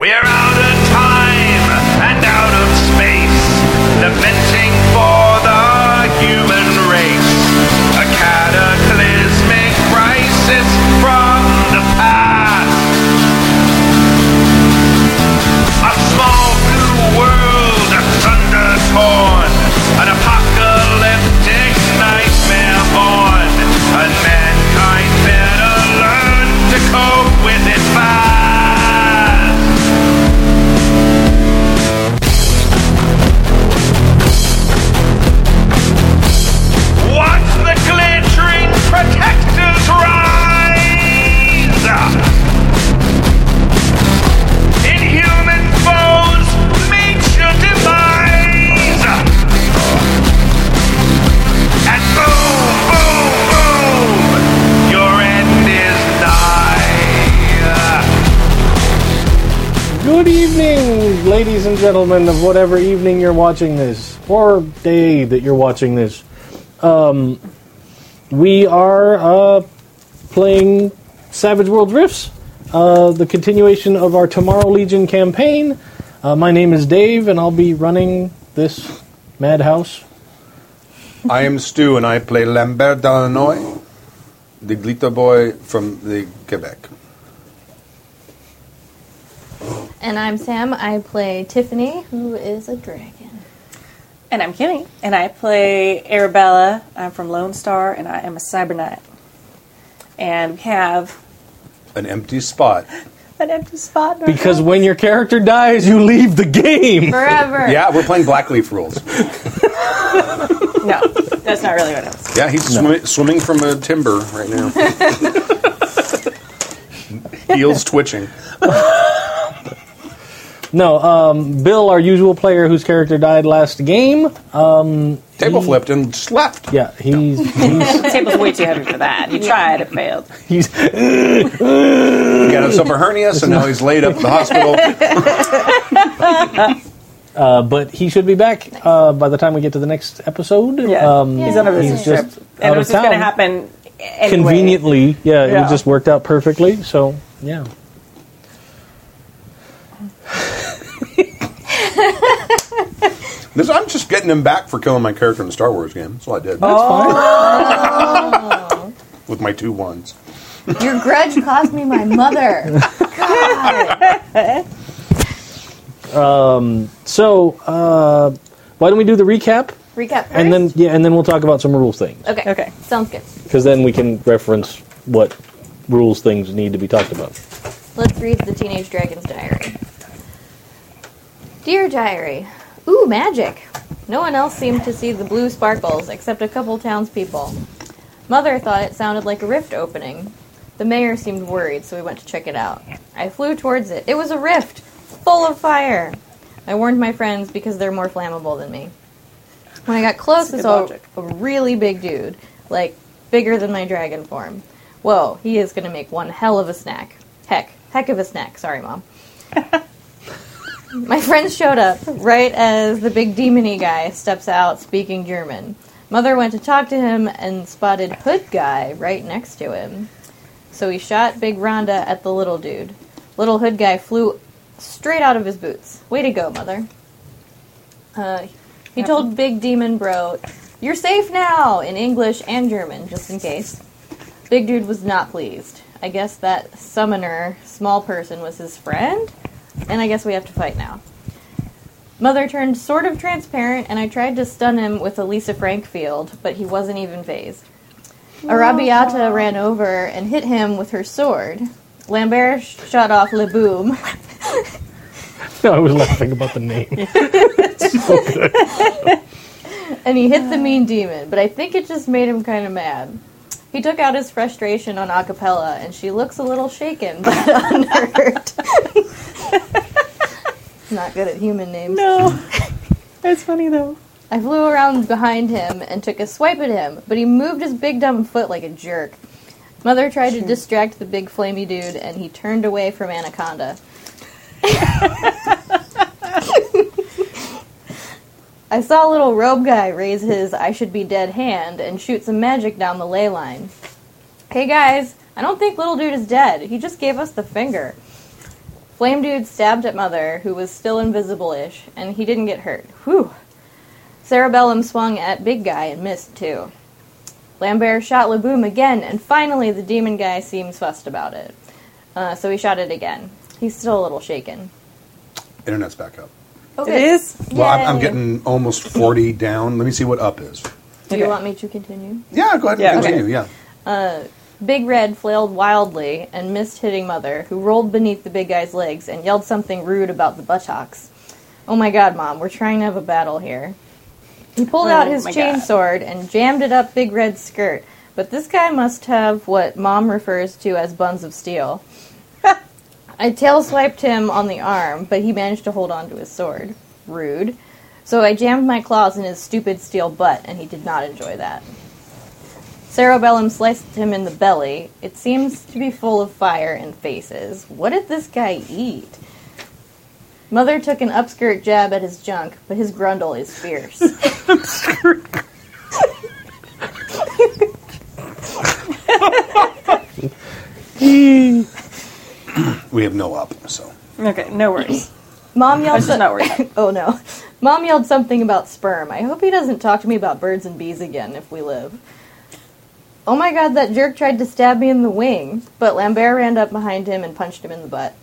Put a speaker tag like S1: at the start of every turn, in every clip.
S1: We're out of time and out of space, lamenting for the human race. A cataclysmic crisis from the past. A small blue world, thunder torn, an apocalyptic nightmare born, and mankind better learn to cope with it fast. Watch the glittering protectors rise! Inhuman foes meet your demise! And boom, boom, boom! Your end is nigh.
S2: Good evening, ladies and gentlemen of whatever evening you're watching this, or day that you're watching this. Um, we are uh, playing Savage World Rifts, uh, the continuation of our Tomorrow Legion campaign. Uh, my name is Dave, and I'll be running this madhouse.
S3: I am Stu, and I play Lambert d'Illinois, the glitter boy from the Quebec.
S4: And I'm Sam. I play Tiffany, who is a dragon.
S5: And I'm Kimmy, and I play Arabella. I'm from Lone Star, and I am a cyberknight. And we have
S3: An empty spot.
S5: an empty spot. in our
S2: Because
S5: house.
S2: when your character dies, you leave the game.
S4: Forever.
S3: Yeah, we're playing Blackleaf rules.
S5: no, that's not really what it was.
S3: Yeah, he's swimmi- swimming from a timber right now. Heels twitching.
S2: No, um, Bill, our usual player whose character died last game.
S3: Table flipped and just left.
S2: Yeah, he's he's,
S5: The table's way too heavy for that. You tried, it failed.
S2: he's
S3: He got himself a hernia, so now he's laid up in the hospital.
S2: Uh, but he should be back uh, by the time we get to the next episode.
S5: Yeah,
S2: Um,
S5: he's on a
S4: he's
S5: visiting trip,
S2: just out
S5: and
S2: of
S5: it was just going to
S2: town.
S5: happen anyway.
S2: conveniently, yeah,
S5: Yeah.
S2: it just worked out perfectly. So, yeah.
S3: This, I'm just getting him back for killing my character in the Star Wars game. That's all I did. With my two ones.
S4: Your grudge cost me my mother. God.
S2: So, uh, why don't we do the recap
S4: Recap first.
S2: and then yeah, and then we'll talk about some rules things
S4: Okay.
S5: Okay.
S4: Sounds good.
S2: because then we can reference what rules things need to be talked about.
S4: Let's read the Teenage Dragon's Diary. Dear Diary, Ooh, magic! No one else seemed to see the blue sparkles except a couple townspeople. Mother thought it sounded like a rift opening. The mayor seemed worried, so we went to check it out. I flew towards it. It was a rift, full of fire. I warned my friends because they're more flammable than me. When I got close, I
S5: That's
S4: saw
S5: good logic.
S4: a really big dude, like bigger than my dragon form. Whoa, he is going to make one hell of a snack. Heck, heck of a snack. Sorry, mom. My friends showed up right as the big demony guy steps out speaking German. Mother went to talk to him and spotted Hood Guy right next to him. So he shot Big Rhonda at the little dude. Little Hood Guy flew straight out of his boots. Way to go, Mother. Uh, he told Big Demon Bro, You're safe now! in English and German, just in case. Big Dude was not pleased. I guess that summoner, small person, was his friend? and I guess we have to fight now. Mother turned sort of transparent, and I tried to stun him with a Lisa Frank field, but he wasn't even phased. Arabiata ran over and hit him with her sword. Lambert sh- shot off Le Boom.
S2: No, I was laughing about the name.
S4: and he hit the mean demon, but I think it just made him kind of mad. He took out his frustration on acapella, and she looks a little shaken but unhurt. Not good at human names.
S5: No, that's funny though.
S4: I flew around behind him and took a swipe at him, but he moved his big dumb foot like a jerk. Mother tried to distract the big flamey dude, and he turned away from Anaconda. I saw a little robe guy raise his I should be dead hand and shoot some magic down the ley line. Hey guys, I don't think little dude is dead. He just gave us the finger. Flame Dude stabbed at Mother, who was still invisible ish, and he didn't get hurt. Whew. Cerebellum swung at Big Guy and missed too. Lambert shot Laboom again, and finally the demon guy seems fussed about it. Uh, so he shot it again. He's still a little shaken.
S3: Internet's back up.
S5: It is.
S3: Well, I'm, I'm
S4: Yay.
S3: getting almost 40 down. Let me see what up is.
S4: Do you
S5: Okay.
S4: want me to continue?
S3: Yeah, go ahead and
S5: Yeah, okay.
S3: continue. Yeah.
S4: Big Red flailed wildly and missed hitting Mother, who rolled beneath the big guy's legs and yelled something rude about the buttocks. Oh my god, Mom, we're trying to have a battle here. He pulled out
S5: Oh
S4: his
S5: my
S4: chain
S5: God.
S4: sword and jammed it up Big Red's skirt, but this guy must have what Mom refers to as buns of steel. I tail swiped him on the arm, but he managed to hold on to his sword. Rude. So I jammed my claws in his stupid steel butt, and he did not enjoy that. Cerebellum sliced him in the belly. It seems to be full of fire and faces. What did this guy eat? Mother took an upskirt jab at his junk, but his grundle is fierce.
S3: We have no up, so.
S5: Okay, no worries.
S4: Mom yelled.
S5: just not worried about
S4: oh no, Mom yelled something about sperm. I hope he doesn't talk to me about birds and bees again if we live. Oh my god, that jerk tried to stab me in the wing, but Lambert ran up behind him and punched him in the butt.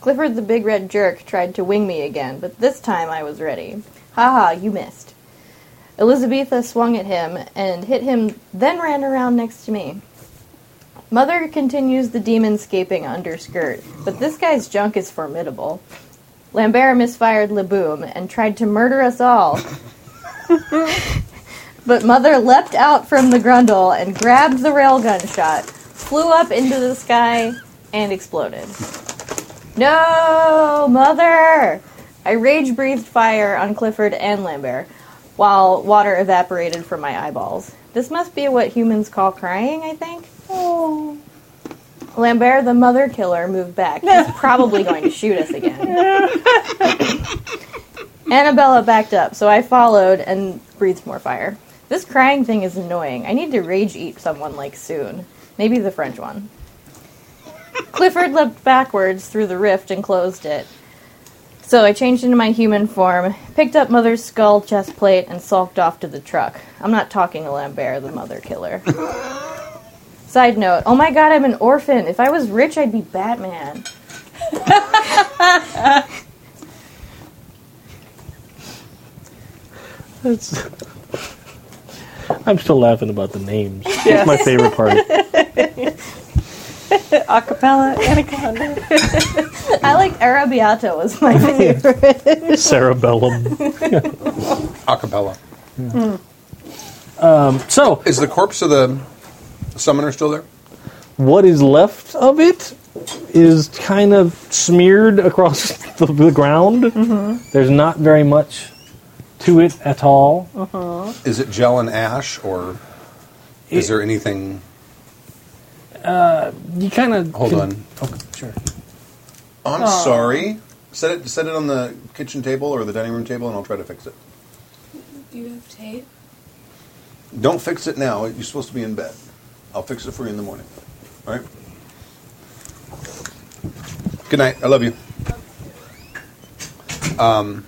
S4: Clifford the big red jerk tried to wing me again, but this time I was ready. Ha ha, you missed. Elizabetha swung at him and hit him, then ran around next to me. Mother continues the demonscaping underskirt, but this guy's junk is formidable. Lambert misfired Laboom and tried to murder us all. but Mother leapt out from the grundle and grabbed the railgun shot, flew up into the sky, and exploded. No, Mother! I rage breathed fire on Clifford and Lambert, while water evaporated from my eyeballs. This must be what humans call crying, I think. Lambert, the mother killer, moved back. He's probably going to shoot us again. Annabella backed up, so I followed and breathed more fire. This crying thing is annoying. I need to rage eat someone like soon. Maybe the French one. Clifford leapt backwards through the rift and closed it. So I changed into my human form, picked up Mother's skull chest plate, and sulked off to the truck. I'm not talking to Lambert, the mother killer. Side note, oh my god, I'm an orphan. If I was rich, I'd be Batman.
S2: That's. I'm still laughing about the names. It's
S5: Yes.
S2: my favorite part.
S5: Acapella, anaconda.
S4: I liked Arabiata was my favorite.
S2: Cerebellum.
S3: Acapella.
S2: So,
S3: Is the corpse of the summoner still there?
S2: what is left of it is kind of smeared across the, the ground.
S5: Mm-hmm.
S2: There's not very much to it at all.
S3: Is it gel and ash, or is
S2: It-
S3: there anything?
S2: You kind of
S3: Hold on.
S5: Oh,
S2: Okay, sure.
S3: I'm sorry. Set it. Set it on the kitchen table or the dining room table, and I'll try to fix it.
S6: Do you have tape?
S3: Don't fix it now. You're supposed to be in bed. I'll fix it for you in the morning. All right. Good night. I love you. Um,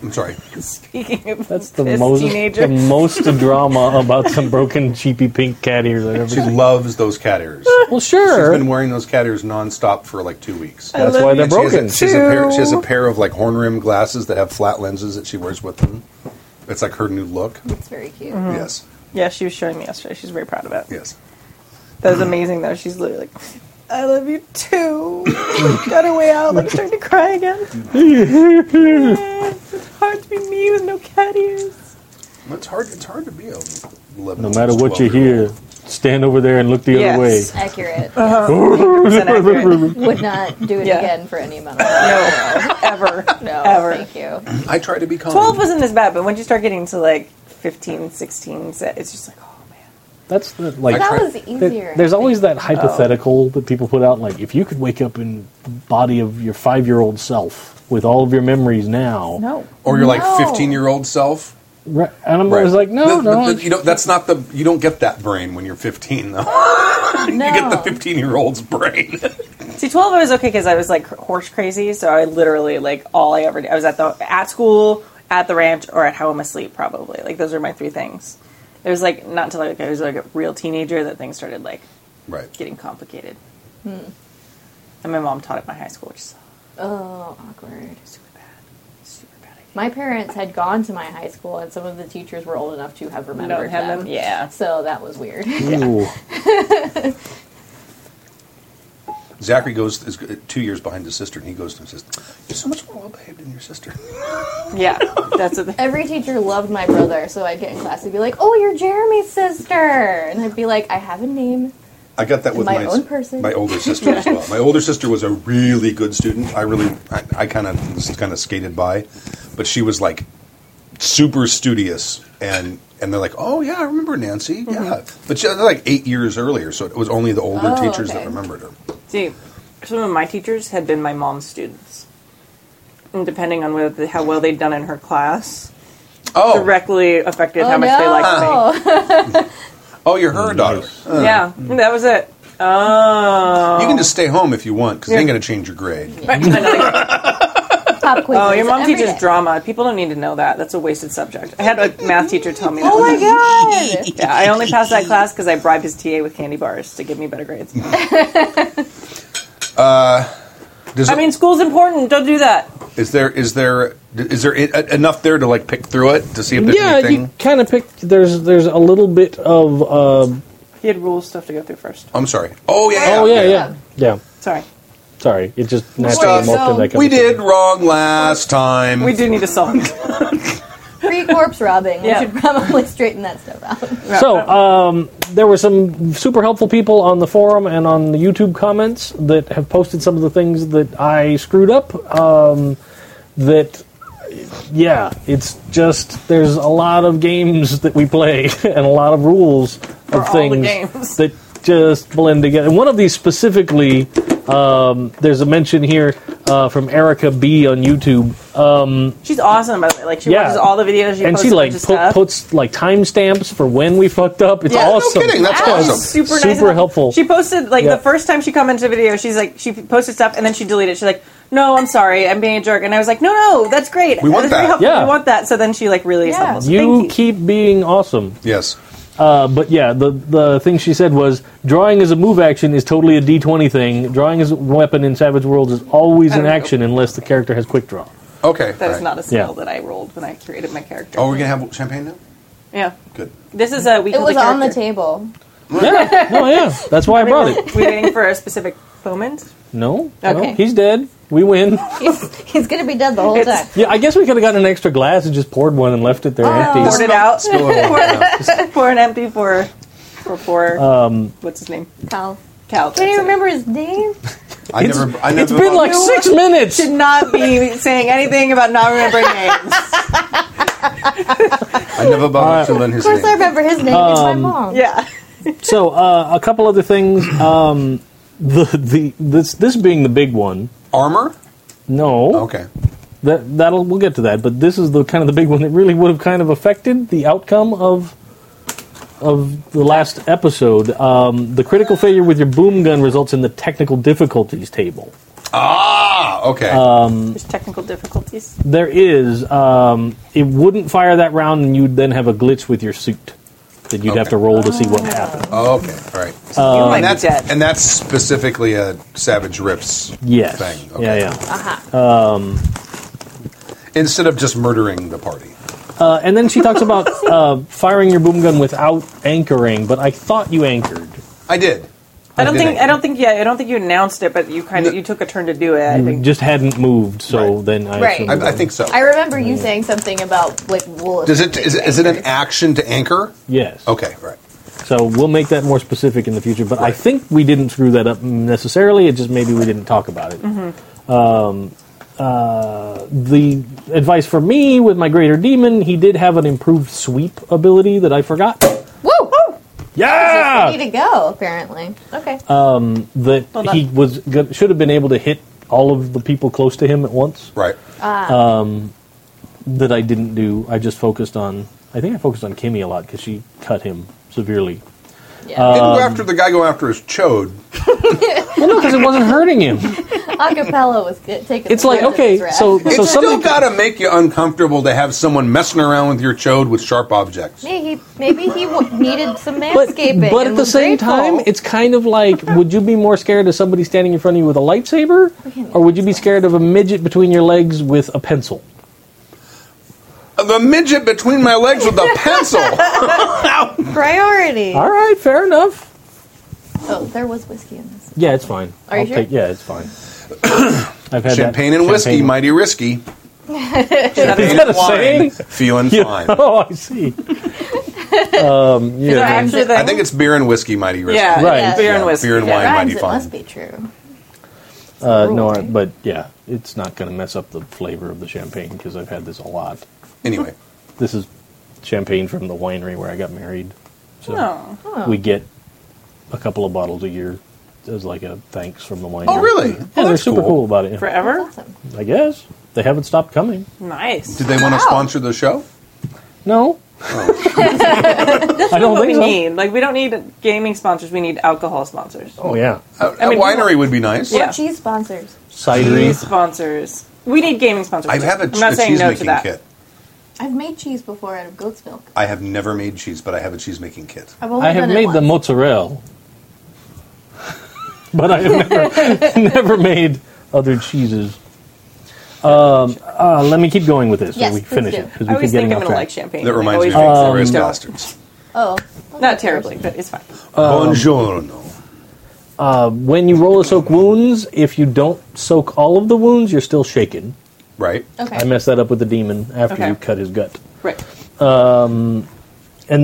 S3: I'm sorry.
S5: Speaking of
S2: That's the
S5: pissed
S2: most
S5: teenager.
S2: the most drama about some broken cheapy pink cat ears I've ever
S3: She
S2: seen.
S3: loves those cat ears.
S2: Well,
S3: She's
S2: sure.
S3: been wearing those cat ears nonstop for like two weeks.
S2: That's why they're
S3: And she has a-
S2: broken.
S3: She has, a, pair, she has a pair of like horn rimmed glasses that have flat lenses that she wears with them. It's like her new look.
S4: It's very cute.
S2: Oh.
S3: Yes,
S5: Yeah, she was showing me yesterday. She's very proud of it.
S3: yes.
S5: That was amazing, though. She's literally like, I love you too. Got her way out, like, starting to cry again. it's hard to be me with no cat ears.
S3: Well, It's hard. It's hard to be a
S2: no matter what you hear, stand over there and look the
S5: Yes.
S2: other way.
S4: Accurate.
S5: Percent accurate.
S4: Would not do it
S5: Yeah.
S4: again for any amount of
S5: No, ever.
S4: No,
S5: Ever.
S4: thank you.
S3: I try to be calm.
S5: 12 wasn't as bad, but once you start getting to like 15, 16, se- it's just like, oh man.
S2: That's the, like
S3: I
S4: That
S3: try-
S4: was
S2: there-
S4: easier.
S2: there's always that hypothetical that people put out like if you could wake up in the body of your 5-year-old self with all of your memories now.
S5: No.
S3: or your like
S4: No.
S3: 15 year old self.
S2: Right. And I'm always like no,
S3: Th- but
S2: no.
S3: th- you know, that's not the. You don't get that brain when you're 15, though.
S4: no.
S3: you get the 15 year old's brain.
S5: See, twelve I was okay because I was like horse crazy, so I literally like all I ever did. I was at the at school, at the ranch, or at home asleep. Probably like those are my three things. It was like not until like I was like a real teenager that things started like
S3: Right.
S5: getting complicated. Hmm. And my mom taught at my high school, which is
S4: Oh, awkward.
S5: super bad, super bad. idea.
S4: My parents had gone to my high school, and some of the teachers were old enough to have remembered
S5: Don't have them. Yeah.
S4: So that was weird.
S2: Ooh.
S3: Zachary goes is two years behind his sister, and he goes to him and says, "You're so much more well behaved than your sister."
S5: Yeah, that's what they,
S4: Every teacher loved my brother, so I'd get in class and be like, "Oh, you're Jeremy's sister," and I'd be like, "I have a name."
S3: I got that with
S4: My
S3: my
S4: own person.
S3: my older sister as well. My older sister was a really good student. I really, I, I kind of kind of skated by, but she was like super studious, and and they're like, oh yeah, I remember Nancy,
S4: Mm-hmm.
S3: yeah. But she, they're like eight years earlier, so it was only the older
S4: Oh,
S3: teachers
S4: okay.
S3: that remembered her.
S5: see. Some of my teachers had been my mom's students, and depending on whether how well they'd done in her class,
S3: Oh,
S5: directly affected how
S4: Oh,
S5: much they liked me.
S4: no.
S3: oh, you're her daughter. Uh,
S5: Yeah, that was it. Oh,
S3: You can just stay home if you want because they ain't
S5: Yeah.
S3: gonna change your grade.
S4: Pop quizzes.
S5: oh, your mom
S4: every
S5: teaches
S4: day.
S5: drama. People don't need to know that. That's a wasted subject. I had a math teacher tell me. That.
S4: Oh my god!
S5: Yeah, I only passed that class because I bribed his TA with candy bars to give me better grades.
S3: Does
S5: I mean, school's important. Don't do that.
S3: is there is there is there e- enough there to like pick through it to see if there's
S2: yeah,
S3: anything?
S2: you kind of pick. There's there's a little bit of. Uh,
S5: He had rules stuff to go through first.
S3: I'm sorry. Oh yeah.
S2: oh yeah, yeah, yeah.
S5: Sorry,
S2: Sorry, it just
S3: Stuff
S2: naturally morphed into that. kind
S3: we
S2: of
S3: did
S2: thing.
S3: wrong last time.
S5: we do need a song.
S4: Free corpse robbing.
S5: Yeah.
S4: We should probably straighten that stuff out.
S2: So um, there were some super helpful people on the forum and on the YouTube comments that have posted some of the things that I screwed up. Um, that yeah, it's just there's a lot of games that we play and a lot of rules of
S5: all the
S2: things
S5: games.
S2: that just blend together. One of these specifically, um, there's a mention here uh, from Erica B on YouTube.
S5: She's awesome, by the way. Like she
S2: Yeah.
S5: watches all the videos. She
S2: and
S5: posts
S2: she
S5: a
S2: like
S5: bunch of
S2: pu-
S5: stuff.
S2: puts like timestamps for when we fucked up. It's
S5: Yeah, no
S2: awesome.
S3: kidding, that's
S5: Wow, she's
S3: awesome.
S5: Super, nice.
S2: Super
S5: and-
S2: helpful.
S5: She posted like
S2: Yeah.
S5: the first time she commented a video. She's like she posted stuff and then she deleted. it. She's like, "No, I'm sorry, I'm being a jerk." And I was like, "No, no, that's great.
S3: We want
S5: that's
S3: that.
S5: Very helpful.
S2: Yeah.
S5: We want that." So then she like really is
S4: Yeah.
S5: helpful. So
S2: You
S5: thank you.
S2: keep being awesome.
S3: Yes.
S2: Uh, but yeah, the the thing she said was drawing as a move action is totally a D twenty thing. Drawing as a weapon in Savage Worlds is always
S5: I
S2: an
S5: don't know.
S2: action unless the character has quick draw.
S3: Okay.
S5: That is
S3: Right.
S5: not a skill
S2: Yeah.
S5: that I rolled when I created my character.
S3: Oh, we're gonna have champagne now.
S5: Yeah,
S3: Good.
S5: this is a we.
S4: It was on the
S5: character.
S4: table.
S2: Yeah, no, Oh, yeah, that's why I brought it.
S5: We're waiting for a specific moment.
S2: No,
S5: Okay.
S2: no, he's dead. We win.
S4: He's, he's gonna be dead the whole time.
S5: It's-
S2: Yeah, I guess we could have gotten an extra glass and just poured one and left it there
S5: Poured
S2: empty.
S5: it out
S3: Spill it all out.
S5: for an empty for for for
S2: Um,
S5: what's his name
S4: Cal.
S5: Cal.
S4: Can
S5: that's
S4: you
S5: it.
S4: remember his name?
S3: I never. I never.
S2: It's been like six minutes.
S5: Should not be saying anything about not remembering names.
S3: I never bothered to learn his
S4: Of course,
S3: name.
S4: I remember his name. it's
S2: Um,
S4: my mom.
S5: Yeah.
S2: So uh, a couple other things. Um, the the this this being the big one.
S3: Armor.
S2: No.
S3: Okay.
S2: That that'll we'll get to that, but this is the kind of the big one that really would have kind of affected the outcome of of the last episode. Um, the critical failure with your boom gun results in the technical difficulties table.
S3: Ah. Okay.
S5: There's technical difficulties.
S2: There is um, it wouldn't fire that round, and you'd then have a glitch with your suit that you'd have
S3: Okay.
S2: to roll to see what happened.
S3: okay. All right.
S2: Um,
S5: you might
S3: and that's
S5: be dead.
S3: and that's specifically a Savage Rips
S2: Yes.
S3: thing.
S2: Yeah,
S3: Okay.
S2: yeah.
S4: Uh-huh.
S3: Instead of just murdering the party.
S2: Uh, and then she talks about uh, firing your boom gun without anchoring, but I thought you anchored.
S3: I did.
S5: I don't
S3: did it.
S5: think. I don't think. Yeah, I don't think you announced it, but you kind of you took a turn to do it. I
S2: You
S5: think.
S2: just hadn't moved, so
S3: Right.
S2: then I
S4: Right.
S2: assumed
S3: I, I
S2: that-
S3: think so.
S4: I remember you saying something about like wool.
S3: Does it is, it is it an action to anchor?
S2: yes.
S3: Okay. Right.
S2: So we'll make that more specific in the future. But I think we didn't screw that up necessarily. It just maybe we didn't talk about it. Um,
S5: Mm-hmm.
S2: uh, the advice for me with my greater demon, he did have an improved sweep ability that I forgot.
S4: Woo! Woo! Ready
S2: Yeah,
S4: to go. Apparently. Okay.
S2: Uh, that
S5: Hold on.
S2: he was go- should have been able to hit all of the people close to him at once.
S3: Right.
S4: Uh,
S2: That I didn't do. I just focused on. I think I focused on Kimmy a lot because she cut him severely.
S4: yeah.
S3: Didn't go after the guy. Go after his chode.
S2: Well, no, because because it wasn't hurting him.
S4: Acapella was good, taking.
S2: It's
S4: the
S2: like,
S4: brunt of
S2: okay,
S4: his wrath.
S2: so
S3: It's
S2: so
S3: still
S2: somebody,
S3: got to make you uncomfortable to have someone messing around with your chode with sharp objects.
S4: maybe he, maybe he w- needed some
S2: but,
S4: manscaping.
S2: but
S4: and
S2: at the
S4: was
S2: same
S4: grateful.
S2: time, it's kind of like, would you be more scared of somebody standing in front of you with a lightsaber,
S4: can
S2: or would you be scared of a midget between your legs with a pencil?
S3: The midget between my legs with a pencil.
S4: priority.
S2: All right, fair enough.
S4: Oh, there was whiskey in this.
S2: Yeah, it's fine.
S4: Are you
S2: I'll
S4: sure?
S2: take, yeah, it's fine. I've had that-
S3: Champagne and whiskey,
S2: champagne-
S3: mighty risky.
S2: Is
S3: Champagne
S2: that a
S3: and wine,
S2: saying?
S3: feeling
S2: Yeah.
S3: fine.
S2: Oh, I see. um,
S5: Is that
S2: yeah, then-
S5: actually the-
S3: I think it's beer and whiskey, mighty risky.
S5: yeah,
S2: Right.
S5: it's beer and whiskey.
S3: Beer and
S5: yeah.
S3: wine,
S4: Rhymes,
S3: mighty
S4: it
S3: fine.
S4: must be true.
S2: uh, no,
S4: Right.
S2: I- but yeah, it's not going to mess up the flavor of the champagne because I've had this a lot.
S3: Anyway,
S2: This is champagne from the winery where I got married, so
S5: Oh.
S2: we get a couple of bottles a year as like a thanks from the winery.
S3: oh really?
S2: Yeah,
S3: Oh,
S2: they're
S3: that's
S2: super cool, about it. yeah.
S5: Forever?
S4: That's awesome.
S2: I guess they haven't stopped coming.
S5: Nice.
S3: Did they want to sponsor the show?
S2: No,
S3: Oh.
S2: I don't
S5: what
S2: think
S5: we
S2: so.
S5: need. Like we don't need gaming sponsors. We need alcohol sponsors.
S2: Oh yeah,
S3: A, a
S5: mean-
S3: winery would be nice.
S5: Yeah.
S4: Or cheese sponsors.
S5: Cheese
S2: cidery.
S5: sponsors. We need gaming sponsors.
S3: I have a,
S5: I'm not
S3: a
S5: saying
S3: cheese
S5: no to
S3: making
S5: that.
S3: kit.
S4: I've made cheese before out of goat's milk.
S3: I have never made cheese, but I have a cheese making kit.
S4: I've only
S2: I have
S4: done it
S2: made the
S4: once.
S2: mozzarella, but I have never, never made other cheeses. Um, uh, let me keep going with this
S4: Yes,
S2: so we
S4: please
S2: finish
S4: do.
S2: it because
S5: I
S2: we keep
S5: always
S2: getting
S5: think I'm
S2: off
S5: gonna like
S2: track.
S5: champagne.
S3: That
S5: I
S3: reminds me
S5: always
S3: of
S5: think so.
S3: Glorious
S5: Don't.
S3: Bastards.
S4: Oh,
S5: Not terribly, but it's fine.
S3: Buongiorno.
S2: When you roll a soak wounds, if you don't soak all of the wounds, you're still shaken.
S3: Right?
S4: Okay.
S2: I messed that up with the demon after
S5: Okay.
S2: you cut his gut.
S5: Right.
S2: And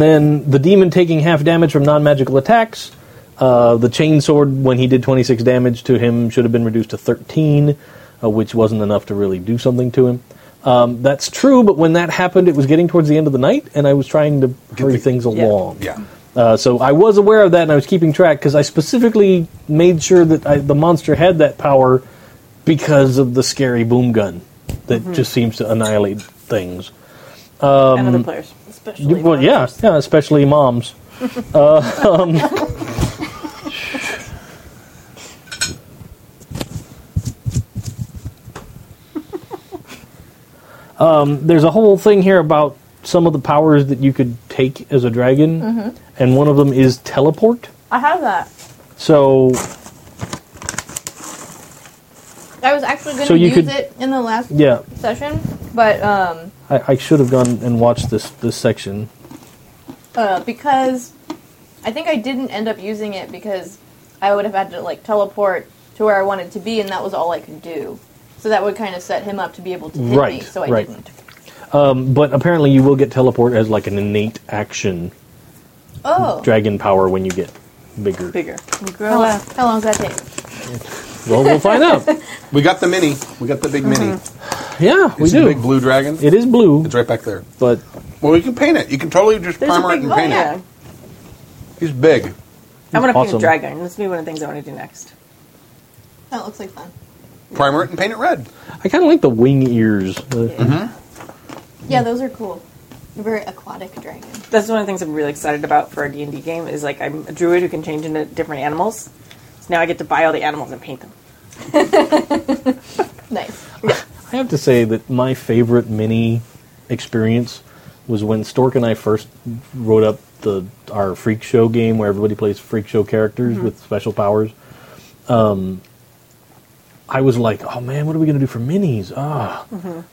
S2: then the demon taking half damage from non magical attacks. Uh, the chainsword, when he did 26 damage to him, should have been reduced to 13, uh, which wasn't enough to really do something to him. Um, that's true, but when that happened, it was getting towards the end of the night, and I was trying to hurry
S3: the-
S2: things
S5: yeah.
S2: along.
S3: Yeah.
S2: Uh, so I was aware of that, and I was keeping track because I specifically made sure that I, the monster had that power because of the scary boom gun that
S5: Mm-hmm.
S2: just seems to annihilate things.
S5: and other players.
S2: Um, You-
S4: Especially
S2: well, yeah, yeah, especially moms. Uh, um, uh, um, um, there's a whole thing here about some of the powers that you could take as a dragon, and one of them is teleport.
S4: I have that.
S2: So
S4: I was actually going to
S2: So you
S4: use
S2: could-
S4: it in the last
S2: yeah,
S4: session, but um,
S2: I, I should have gone and watched this this section.
S4: uh, because I think I didn't end up using it because I would have had to like teleport to where I wanted to be, and that was all I could do. So that would kind of set him up to be able to hit me.
S2: Right,
S4: So I
S2: right.
S4: didn't.
S2: But apparently, you will get teleport as like an innate action
S4: Oh,
S2: dragon power when you get bigger.
S5: Bigger.
S4: how, long, how long does that take?
S2: Well, we'll find out.
S3: We got the mini. We got the big mini.
S5: Mm-hmm.
S2: Yeah, we
S3: It's a
S2: do.
S3: big blue dragon.
S2: It is blue,
S3: It's right back there.
S2: but
S3: Well, you can paint it. You can totally just
S5: There's
S3: primer
S5: a
S3: it
S5: big
S3: and
S5: oh,
S3: paint
S5: yeah.
S3: it. He's big.
S5: I want to paint
S2: Awesome.
S5: a dragon. That's gonna be one of the things I want to do next.
S4: That looks like fun.
S3: Primer it and paint it red.
S2: I kind of like the wing ears. Uh,
S4: Yeah, those are cool. A very aquatic dragon.
S5: That's one of the things I'm really excited about for our D and D game. Is like I'm a druid who can change into different animals. So now I get to buy all the animals and paint them.
S4: Nice.
S2: I have to say that my favorite mini experience was when Stork and I first wrote up the our freak show game where everybody plays freak show characters with special powers. Um, I was like, oh man, what are we gonna do for minis? Ah,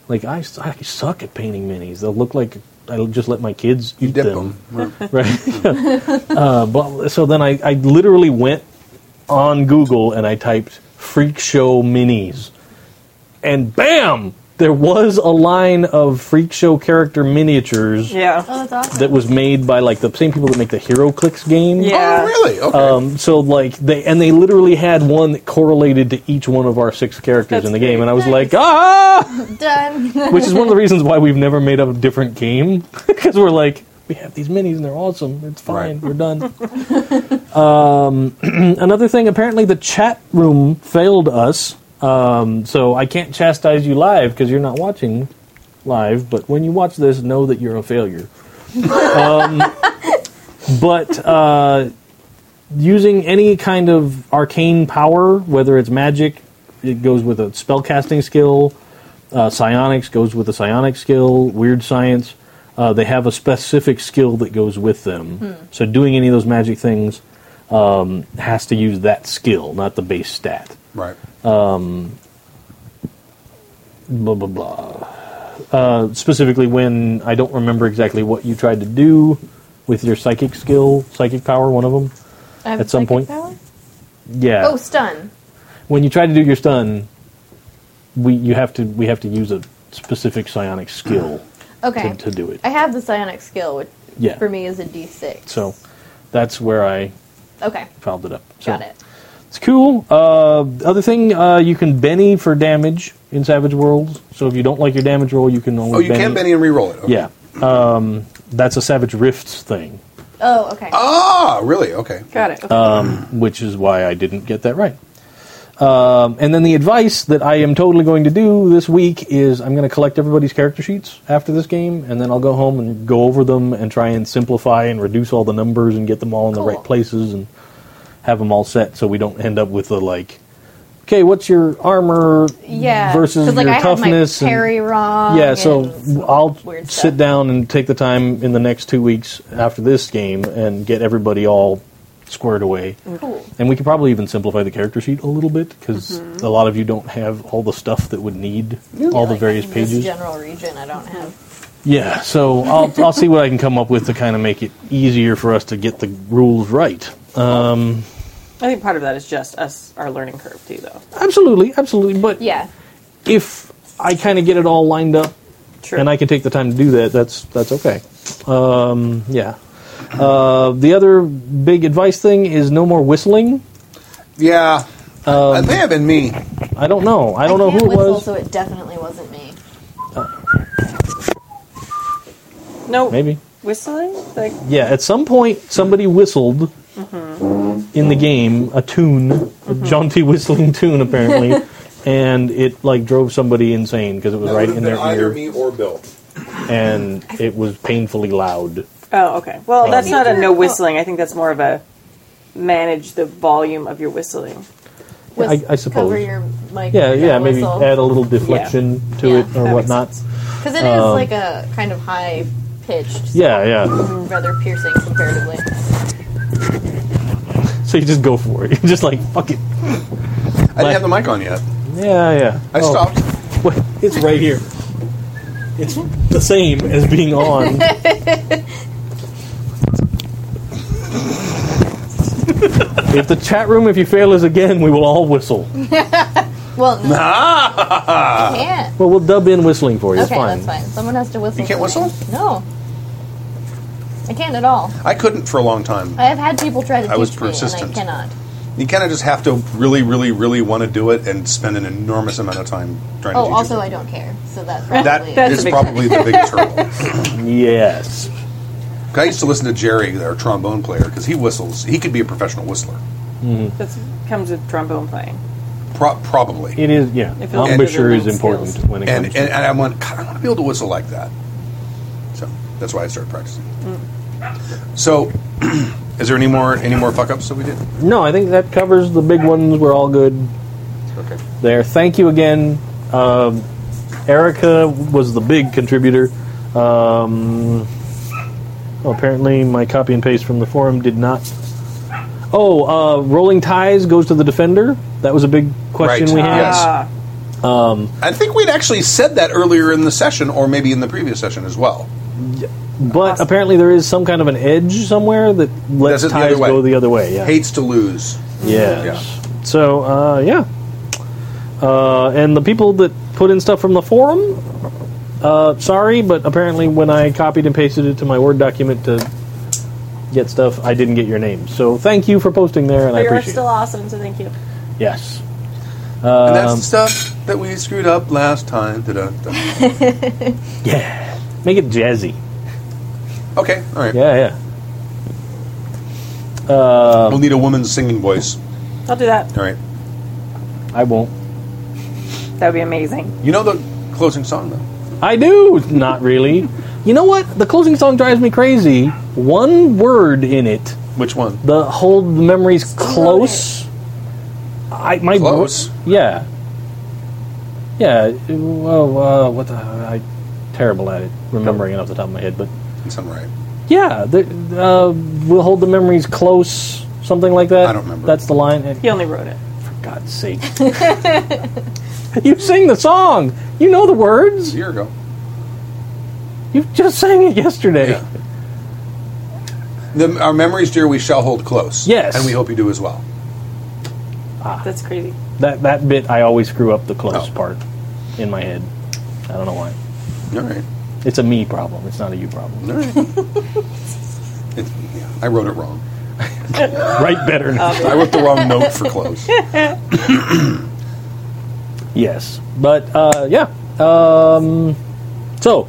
S2: like I, s- I suck at painting minis. They'll look like I will just let my kids
S3: You
S2: eat
S3: dip
S2: them.
S3: them.
S2: right? uh, but so then I, I literally went on Google and I typed freak show minis, and bam, there was a line of freak show character miniatures
S5: Yeah.
S4: Oh, that's awesome.
S2: that was made by like the same people that make the Hero Clicks game.
S5: Yeah.
S3: Oh, really? Okay.
S2: Um, so like they and they literally had one that correlated to each one of our six characters in the game, and I was like, ah,
S4: Done.
S2: which is one of the reasons why we've never made up a different game because we're like we have these minis and they're awesome. It's fine.
S3: Right.
S2: We're done. um, another thing, apparently the chat room failed us, um, so I can't chastise you live because you're not watching live. But when you watch this, know that you're a failure. um, but uh, using any kind of arcane power, whether it's magic, it goes with a spellcasting skill. Uh, psionics goes with a psionic skill. Weird science, uh, they have a specific skill that goes with them.
S4: Hmm.
S2: So doing any of those magic things um, has to use that skill, not the base stat.
S3: Right.
S2: um, Blah blah blah. Uh, specifically, when I don't remember exactly what you tried to do with your psychic skill, psychic power, one of them.
S4: I have
S2: At some point.
S4: psychic power?
S2: Yeah.
S4: Oh, stun.
S2: when you try to do your stun, we you have to we have to use a specific psionic skill
S4: Okay.
S2: to, to do it.
S4: I have the psionic skill, which
S2: Yeah.
S4: for me is a D6.
S2: So that's where I
S4: okay,
S2: fouled it up. So
S4: got it.
S2: It's cool. Uh, the other thing, uh, you can Benny for damage in Savage Worlds. So if you don't like your damage roll, you can only
S3: Oh, you can Benny and re-roll it. Okay.
S2: Yeah. Um, that's a Savage Rifts thing,
S4: Oh, okay.
S3: Ah, really? Okay.
S5: Got it.
S2: Uh, which is why I didn't get that right. Um, and then the advice that I am totally going to do this week is I'm going to collect everybody's character sheets after this game, and then I'll go home and go over them and try and simplify and reduce all the numbers and get them all in
S4: Cool.
S2: the right places and have them all set so we don't end up with the like, okay, what's your armor
S4: yeah.
S2: versus
S4: 'cause, like,
S2: your
S4: I
S2: toughness?
S4: Had my
S2: and-
S4: parry wrong.
S2: yeah, so
S4: and
S2: I'll
S4: weird
S2: sit
S4: stuff.
S2: down and take the time in the next two weeks after this game and get everybody all squared away.
S4: Cool.
S2: And we could probably even simplify the character sheet a little bit because a lot of you don't have all the stuff that would need all the
S4: Like,
S2: various
S4: in this
S2: pages.
S4: general region, I don't have.
S2: Yeah, so I'll, I'll see what I can come up with to kind of make it easier for us to get the rules right.
S5: I think part of that is just us our learning curve too, though.
S2: Absolutely, absolutely. But
S4: Yeah.
S2: if I kind of get it all lined up
S5: True.
S2: and I can take the time to do that, that's that's okay. Um, yeah. Uh, the other big advice thing is no more whistling.
S3: Yeah. Uh, it may have been me.
S2: I don't know. I don't know
S4: can't
S2: who it
S4: whistle,
S2: was.
S4: So it definitely wasn't me.
S5: no,
S2: Maybe.
S5: whistling. Like
S2: Yeah. At some point, somebody whistled in the game a tune, a jaunty whistling tune, apparently, and it like drove somebody insane because it was right in their ear,
S3: or Bill.
S2: and it was painfully loud.
S5: oh, okay. Well, that's not a
S4: Yeah.
S5: no whistling. I think that's more of a manage the volume of your whistling.
S4: Was,
S2: I- I suppose.
S4: Cover your mic.
S2: Yeah, yeah. Maybe add a little deflection to
S4: Yeah,
S2: it
S5: that
S2: or
S5: makes
S2: whatnot.
S5: sense.
S4: Because it is like a kind of high pitched,
S2: um, Yeah, yeah.
S4: rather piercing comparatively.
S2: So you just go for it. You're just like, fuck it.
S3: I didn't have the mic on yet.
S2: Yeah, yeah.
S3: I
S2: Oh,
S3: stopped.
S2: wait, it's right here. It's the same as being on. if the chat room, if you fail us again, we will all whistle.
S4: Well, no, you can't.
S2: Well, we'll dub in whistling for you. it's
S4: okay,
S2: fine.
S4: that's fine. Someone has to whistle.
S3: You can't
S4: for me.
S3: whistle?
S4: No, I can't at all.
S3: I couldn't for a long time.
S4: I have had people try to
S3: I
S4: teach
S3: was
S4: me,
S3: persistent.
S4: and I cannot.
S3: You kind of just have to really, really, really want to do it and spend an enormous amount of time trying to
S4: Oh,
S3: teach
S4: also, I
S3: yourself.
S4: don't care. So that probably
S3: That
S5: That's
S3: is
S5: a big-
S3: probably the biggest hurdle.
S2: Yes.
S3: I used to listen to Jerry, our trombone player, because he whistles. He could be a professional whistler,
S5: That comes with trombone playing.
S3: Pro- probably.
S2: It is, yeah.
S5: It feels
S2: Embouchure
S5: good
S2: is
S5: to learn
S2: important
S5: skills.
S2: when it
S3: and,
S2: comes
S3: and
S2: to
S3: and I went, God, I want to be able to whistle like that. So that's why I started practicing.
S2: Mm.
S3: So, is there any more any more fuck ups that we did?
S2: No, I think that covers the big ones. We're all good.
S3: Okay.
S2: there. Thank you again. Um, Erica was the big contributor. Um, well, apparently, my copy and paste from the forum did not. Oh, uh, Rolling Ties goes to the Defender. That was a big question
S3: Right.
S2: we Um, had.
S3: Yes.
S5: Ah,
S3: I think we'd actually said that earlier in the session, or maybe in the previous session as well.
S2: But
S5: Awesome.
S2: apparently, there is some kind of an edge somewhere that lets
S3: Does it the
S2: ties
S3: other way.
S2: go the other way. Yeah.
S3: Hates to lose.
S2: Yes. So, uh, yeah. Uh, and the people that put in stuff from the forum, uh, sorry, but apparently when I copied and pasted it to my Word document to get stuff, I didn't get your name. So thank you for posting there, and I
S5: but you're
S2: appreciate
S5: still
S2: it.
S5: awesome, so thank you.
S2: Yes.
S3: and
S2: Um,
S3: that's the stuff that we screwed up last time. Da-da-da.
S2: Yeah. Make it jazzy.
S3: Okay, all right.
S2: Yeah, yeah.
S3: We'll need a woman's singing voice.
S5: I'll do that.
S3: All right.
S2: I won't.
S5: That would be amazing.
S3: You know the closing song, though.
S2: I do. Not really. You know what? The closing song drives me crazy. One word in it
S3: Which one?
S2: The hold the memories close. I my bro-
S3: Close?
S2: yeah. Yeah. it- Well, uh, what the? I terrible at it remembering it off the top of my head, but
S3: It's not right.
S2: yeah, the, uh, we'll hold the memories close. Something like that.
S3: I don't remember.
S2: That's the line.
S5: He only wrote it.
S2: For God's sake! you sing the song. You know the
S3: It's a
S2: words.
S3: year ago.
S2: You just sang it yesterday.
S3: Yeah. The, our memories, dear, we shall hold close.
S2: Yes.
S3: And we hope you do as well.
S2: Ah.
S5: That's crazy.
S2: That that bit I always screw up the close
S3: Oh.
S2: part in my head. I don't know why.
S3: All right.
S2: It's a me problem. It's not a you problem.
S3: All right. it, yeah, I wrote it wrong.
S2: Write better.
S3: I wrote the wrong note for close.
S2: Yes, but uh, yeah. Um, so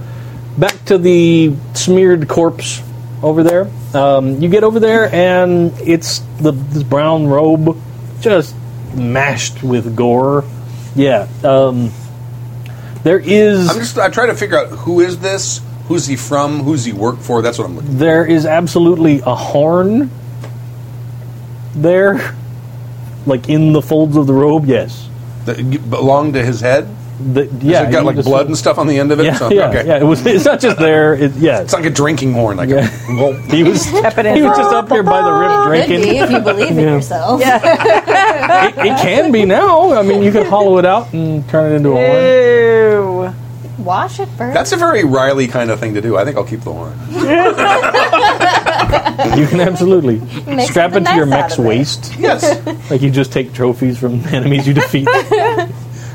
S2: back to the smeared corpse over there. Um, you get over there, and it's the this brown robe just mashed with gore. Yeah. Um, there is
S3: I'm just I'm trying to figure out who is this, who's he from, who's he work for. That's what I'm looking.
S2: there is absolutely a horn there, like in the folds of the robe. Yes.
S3: That belonged to his head.
S2: The,
S3: Yeah,
S2: yeah.
S3: it got
S2: you
S3: like
S2: just-
S3: blood and stuff on the end of it.
S2: Yeah,
S3: so,
S2: yeah,
S3: okay.
S2: yeah. It was. It's not just there. It, yeah.
S3: It's like a drinking horn. Like
S2: Yeah.
S3: a, well,
S2: He was
S5: Pep it in.
S2: he was just up here by the
S4: Could
S2: rip
S4: be
S2: drinking.
S4: if you believe in
S2: Yeah.
S4: yourself.
S2: It, it can be now. I mean, you could hollow it out and turn it into a horn.
S5: Ew.
S4: Wash it first.
S3: that's a very Riley kind of thing to do. I think I'll keep the horn.
S2: You can absolutely
S4: Make
S2: strap it
S4: something
S2: to your
S4: nice out
S2: mech's
S4: of it.
S2: waist,
S3: Yes,
S2: like you just take trophies from enemies you defeat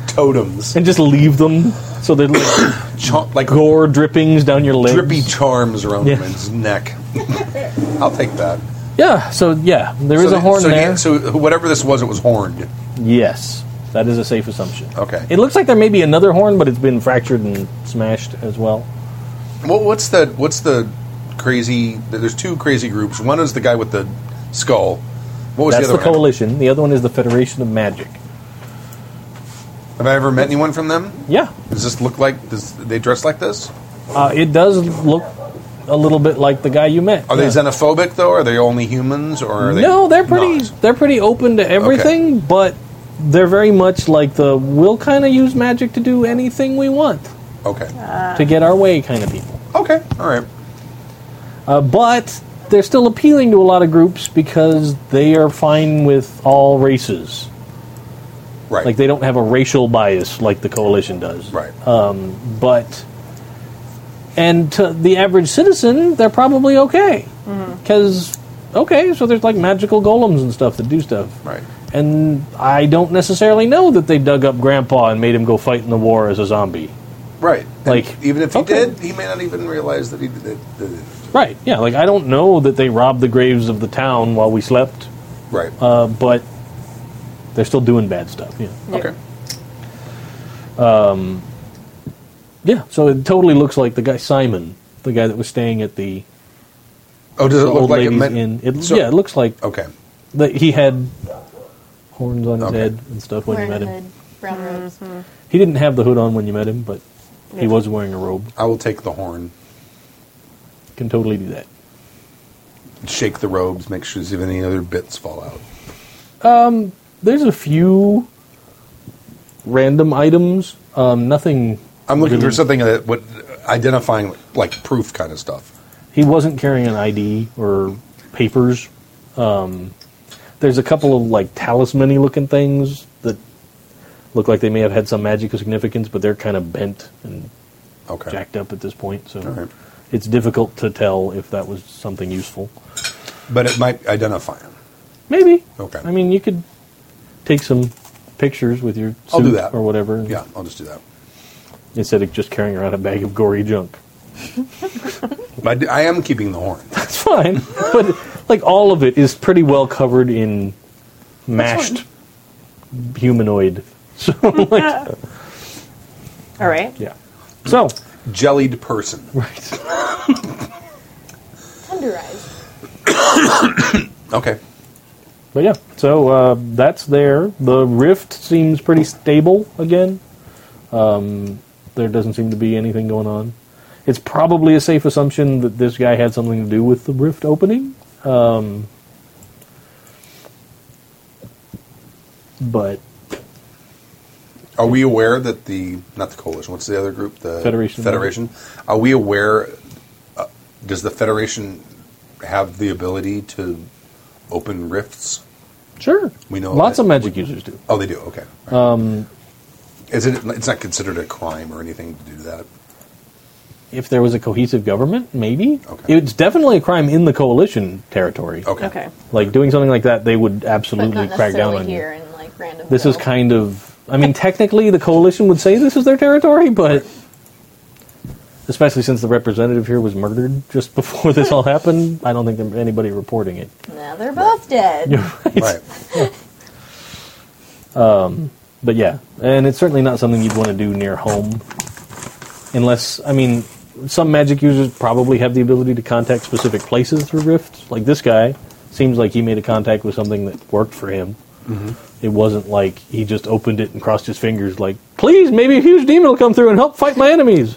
S3: totems,
S2: and just leave them so they're like
S3: Cha- like
S2: gore drippings down your legs.
S3: drippy charms around
S2: Yeah.
S3: him his neck. I'll take that.
S2: Yeah. So yeah, there is
S3: so
S2: a horn
S3: so he-
S2: there.
S3: so whatever this was, it was horned.
S2: yes, that is a safe assumption.
S3: Okay.
S2: It looks like there may be another horn, but it's been fractured and smashed as well.
S3: Well, what's the what's the crazy? There's two crazy groups. One is the guy with the skull. What was
S2: That's
S3: the
S2: the
S3: other one?
S2: coalition. The other one is the Federation of Magic.
S3: Have I ever met anyone from them?
S2: Yeah.
S3: Does this look like? Does they dress like this?
S2: Uh, it does look a little bit like the guy you met.
S3: Are
S2: yeah.
S3: they xenophobic though? Are they only humans or are they?
S2: no, they're pretty.
S3: not?
S2: They're pretty open to everything, but they're very much like the we'll kind of use magic to do anything we want
S3: Okay.
S2: to get our way kind of people.
S3: Okay. All right.
S2: Uh, but they're still appealing to a lot of groups because they are fine with all races.
S3: Right.
S2: Like they uh, don't have a racial bias like the coalition does.
S3: right.
S2: but and to the average citizen, they're probably okay because okay, so there's like magical golems and stuff that do stuff,
S3: right.
S2: and I don't necessarily know that they dug up Grandpa and made him go fight in the war as a zombie.
S3: Right. And
S2: like,
S3: even if he
S2: okay.
S3: did, he may not even realize that he did. that- that-
S2: Right? Yeah. Like I don't know that they robbed the graves of the town while we slept,
S3: right.
S2: uh, but they're still doing bad stuff. Yeah.
S3: okay.
S2: Yeah. So it totally looks like the guy Simon, the guy that was staying at the
S3: Oh, does it
S2: old
S3: look like it
S2: lady's
S3: meant?
S2: inn. It,
S3: so-
S2: yeah, it looks like
S3: Okay.
S2: that he had horns on his
S3: Okay.
S2: head and stuff when you met
S4: Wearing a
S2: him.
S4: hood, brown
S2: Mm.
S4: robes.
S2: He didn't have the hood on when you met him, but he was wearing a robe.
S3: I will take the horn,
S2: Can totally do that.
S3: shake the robes, make sure there's even any other bits fall out.
S2: There's a few random items. Um, nothing.
S3: I'm looking
S2: really-
S3: for something that would identifying like proof kind of stuff.
S2: He wasn't carrying an ID or papers. Um, there's a couple of like talismany looking things that look like they may have had some magical significance, but they're kind of bent and
S3: Okay.
S2: jacked up at this point, so
S3: All right.
S2: it's difficult to tell if that was something useful.
S3: But it might identify him.
S2: Maybe.
S3: Okay.
S2: I mean, you could take some pictures with your suit
S3: I'll do that.
S2: or whatever. and-
S3: Yeah, I'll just do that.
S2: Instead of just carrying around a bag of gory junk.
S3: But I, do- I am keeping the horn.
S2: It's fine, but like all of it is pretty well covered in mashed humanoid. So like,
S5: All right.
S2: yeah. So
S3: Jellied person.
S2: right.
S4: Tenderized.
S3: Okay.
S2: But yeah, so uh, that's there. The rift seems pretty stable again. Um, there doesn't seem to be anything going on. It's probably a safe assumption that this guy had something to do with the rift opening. Um, but
S3: Are we aware that the not the coalition? What's the other group? The
S2: Federation.
S3: Federation. Are we aware? Uh, does the Federation have the ability to open rifts?
S2: sure,
S3: We know
S2: lots
S3: that-
S2: of magic users do.
S3: Oh, they do. Okay. Um, is it? It's not considered a crime or anything to do that.
S2: If there was a cohesive government, maybe
S3: Okay.
S2: it's definitely a crime in the coalition territory.
S3: Okay.
S5: Okay.
S2: Like doing something like that, they would
S4: but
S2: absolutely
S4: not
S2: crack down
S4: necessarily
S2: on
S4: here
S2: you.
S4: in like random.
S2: This is
S4: Hill.
S2: kind of, I mean, technically the coalition would say this is their territory, but especially since the representative here was murdered just before this all happened, I don't think there anybody reporting it.
S4: Now they're both dead.
S3: Right.
S2: But yeah, and it's certainly not something you'd want to do near home, unless I mean, some magic users probably have the ability to contact specific places through rifts. Like this guy seems like he made a contact with something that worked for him.
S3: Mm-hmm.
S2: It wasn't like he just opened it and crossed his fingers, like, "Please, maybe a huge demon will come through and help fight my enemies,"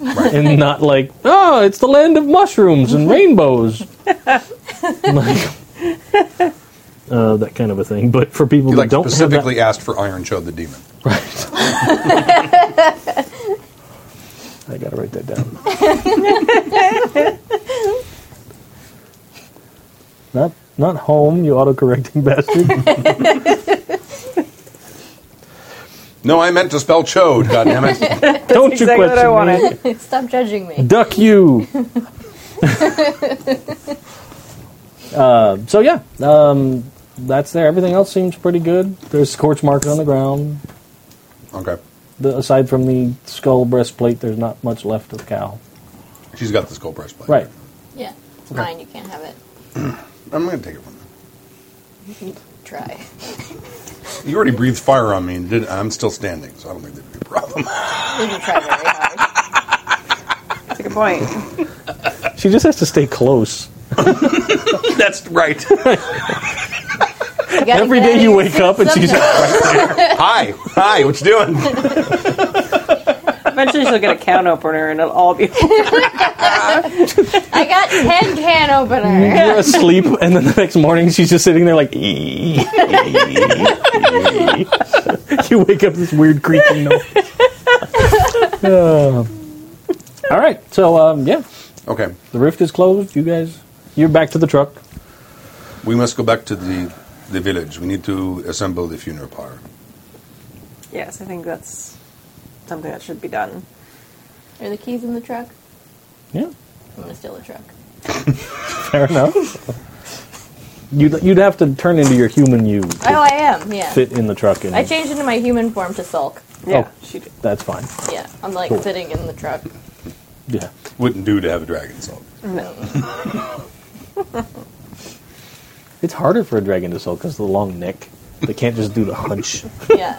S2: and not like, "Oh, it's the land of mushrooms and rainbows." like, uh, that kind of a thing, but for people
S3: You
S2: that
S3: like
S2: don't have that
S3: specifically asked for Iron Chode the Demon.
S2: Right. I gotta write that down. not not home, you autocorrecting bastard.
S3: No, I meant to spell Chode. God damn it!
S2: Don't you
S5: exactly
S2: question
S5: what I
S2: me.
S5: wanted.
S4: Stop judging me.
S2: Duck you. uh, so yeah, um, that's there. Everything else seems pretty good. There's scorch marks on the ground.
S3: Okay.
S2: The, aside from the skull breastplate, there's not much left of the cow.
S3: She's got the skull breastplate.
S2: Right.
S4: Yeah, it's mine. You can't have it.
S3: I'm going to take it from her.
S4: Try.
S3: You already breathed fire on me, and did, I'm still standing, so I don't think there'd be a problem.
S4: You can try very hard.
S5: That's a good point.
S2: She just has to stay close.
S3: That's right.
S4: You gotta
S2: Every
S4: get out
S2: day
S4: of
S2: you
S4: your
S2: wake up and
S4: system.
S2: she's
S3: hi, hi. What you doing?
S5: Eventually, she'll get a can opener, and it'll all be.
S4: I got ten can opener.
S2: you're asleep, and then the next morning she's just sitting there like. you wake up this weird creaking noise. Uh, all right, so um, yeah,
S3: Okay,
S2: the rift is closed. You guys, you're back to the truck.
S3: we must go back to the the village. We need to assemble the funeral pyre.
S5: yes, I think that's something that should be done.
S4: Are the keys in the truck?
S2: Yeah,
S4: I'm gonna steal the truck.
S2: fair enough. You'd, you'd have to turn into your human you
S4: Oh, I am. Yeah.
S2: fit in the truck, and
S4: I changed into my human form to sulk.
S5: Yeah,
S2: Oh.
S5: she did.
S2: that's fine.
S4: Yeah, I'm like
S2: Cool.
S4: sitting in the truck.
S2: Yeah,
S3: Wouldn't do to have a dragon salt.
S2: it's harder for a dragon to sell because of the long neck. They can't just do the hunch.
S4: Yeah.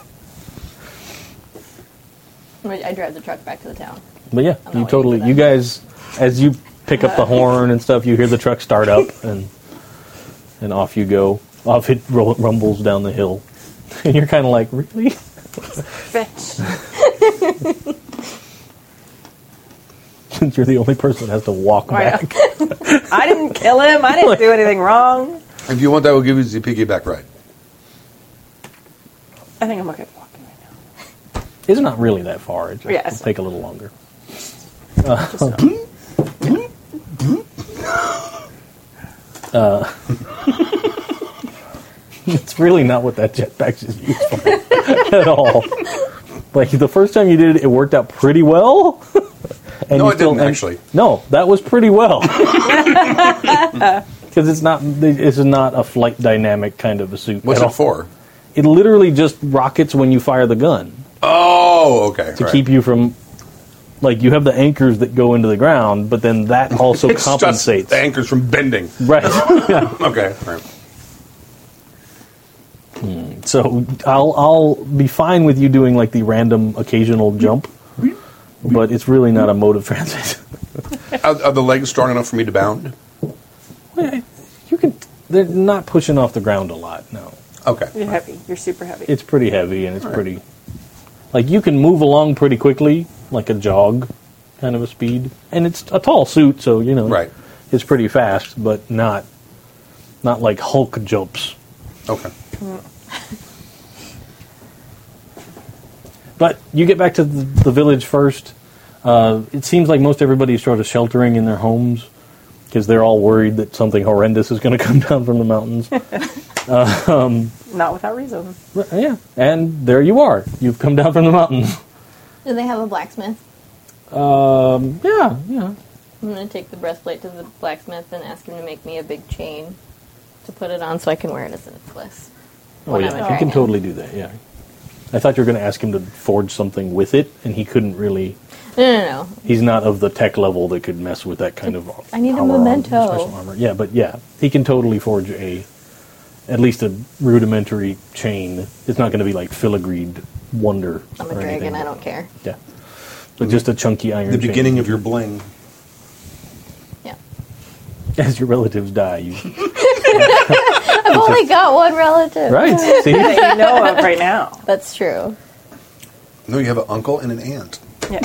S4: I I drive the truck back to the town.
S2: But yeah,
S4: I'm not
S2: you
S4: waiting
S2: totally.
S4: for that.
S2: You guys, as you pick up the horn and stuff, you hear the truck start up, and and off you go. Off it ru- rumbles down the hill, and you're kind of like, really?
S5: Bitch.
S2: Since you're the only person that has to walk
S5: Why not?
S2: back.
S5: I didn't kill him. I didn't do anything wrong.
S3: If you want that, we'll give you the piggyback ride.
S5: I think I'm okay with walking right now.
S2: It's not really that far. It just
S5: Yes.
S2: will take a little longer. It's really not what that jetpack is used for at all. Like the first time you did it, it worked out pretty well. and
S3: No,
S2: you
S3: it didn't,
S2: and-
S3: actually.
S2: No, that was pretty well. Because it's not it's not a flight dynamic kind of a suit.
S3: What's
S2: at
S3: it
S2: all.
S3: for?
S2: It literally just rockets when you fire the gun
S3: Oh, okay.
S2: to keep you from. Like you have the anchors that go into the ground, but then that also
S3: It's
S2: compensates.
S3: just the anchors from bending.
S2: right.
S3: Okay. all right.
S2: So I'll I'll be fine with you doing like the random occasional jump, but it's really not a mode of transit.
S3: Are, are the legs strong enough for me to bound?
S2: you can they're not pushing off the ground a lot. No,
S3: Okay.
S5: You're heavy. You're super heavy.
S2: it's pretty heavy and it's pretty like you can move along pretty quickly, like a jog kind of a speed, and it's a tall suit, so you know
S3: Right.
S2: it's pretty fast, but not not like Hulk jumps.
S3: Okay.
S2: But you get back to the, the village first. Uh, it seems like most everybody's sort of sheltering in their homes because they're all worried that something horrendous is going to come down from the mountains.
S5: Not without reason.
S2: But, uh, yeah, and there you are. You've come down from the mountains.
S4: Do they have a blacksmith?
S2: Um, yeah, yeah.
S4: I'm gonna take the breastplate to the blacksmith and ask him to make me a big chain to put it on so I can wear it as a necklace.
S2: Oh,
S4: When
S2: yeah.
S4: I'm a
S2: He can
S4: dragon.
S2: totally do that. Yeah. I thought you were going to ask him to forge something with it, and he couldn't really.
S4: No, no, no.
S2: He's not of the tech level that could mess with that kind of.
S4: I need a
S2: armor on-
S4: memento.
S2: special armor. Yeah, but yeah, he can totally forge a, at least a rudimentary chain. It's not going to be like filigreed wonder.
S4: I'm a
S2: or
S4: dragon.
S2: anything.
S4: I don't care.
S2: Yeah, but just a chunky iron.
S3: The
S2: chain.
S3: beginning of your bling.
S4: Yeah.
S2: as your relatives die, you
S4: I've only got one relative.
S2: right? See,
S5: That you know of right now.
S4: That's true.
S3: No, you have an uncle and an aunt.
S5: Yeah.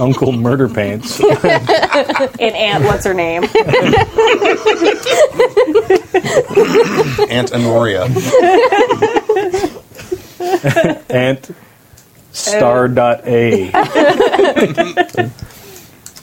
S2: Uncle Murder Pants.
S5: And Aunt, what's her name?
S3: Aunt Honoria.
S2: Ant star dot a.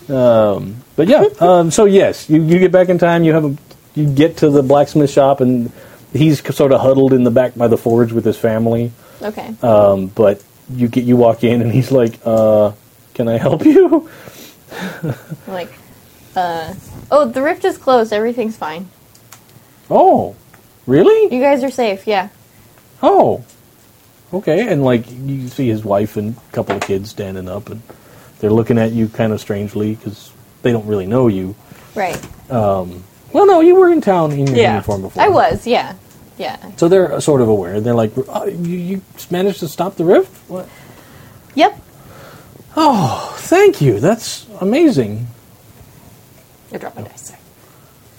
S2: um, but yeah, um, so yes, you, you get back in time. You have a, you get to the blacksmith shop, and he's sort of huddled in the back by the forge with his family.
S4: Okay.
S2: Um, but you get you walk in, and he's like, uh, "Can I help you?"
S4: I'm like, uh, oh, the rift is closed. Everything's fine.
S2: Oh, really?
S4: You guys are safe. Yeah.
S2: Oh, okay. And like you see his wife and a couple of kids standing up, and they're looking at you kind of strangely because they don't really know you.
S4: Right.
S2: Well, no, you were in town in your
S5: Yeah,
S2: uniform before.
S4: I was. Yeah. Yeah.
S2: So they're uh, sort of aware. They're like, oh, you, you managed to stop the rift? What?
S4: Yep.
S2: Thank you. That's amazing.
S5: I dropped my dice. Sorry.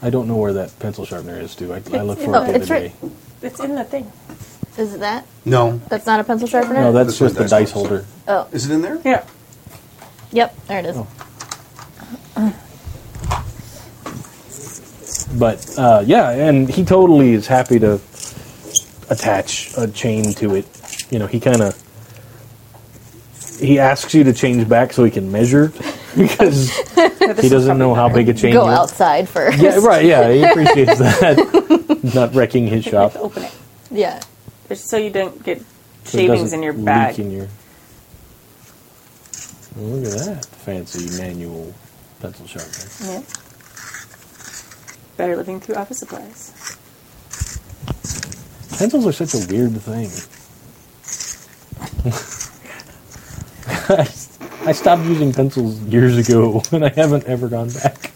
S2: I don't know where that pencil sharpener is, Stu. I, I looked
S5: It's-
S2: for it
S4: oh,
S2: the other
S4: it's right-
S2: day.
S5: It's in the thing.
S4: Is it that?
S3: No.
S4: That's not a pencil sharpener.
S2: No, that's
S3: That's my
S2: just the
S3: dice
S2: dice
S3: holder.
S2: holder.
S4: oh.
S3: Is it in there?
S5: Yeah.
S4: Yep. There it is.
S2: Oh. But uh, yeah, and he totally is happy to attach a chain to it. You know, he kind of he asks you to change back so he can measure because he doesn't know how big a chain.
S4: Go
S2: you-
S4: outside first.
S2: Yeah, right. Yeah, he appreciates that. Not wrecking his shop. So
S5: Open it.
S4: Yeah.
S5: Just so you don't get
S2: it
S5: shavings
S2: doesn't
S5: in your
S2: leak
S5: bag.
S2: in your- Well, look at that fancy manual pencil sharpener.
S5: Yeah. Better living through office supplies.
S2: Pencils are such a weird thing. I s- I stopped using pencils years ago, and I haven't ever gone back.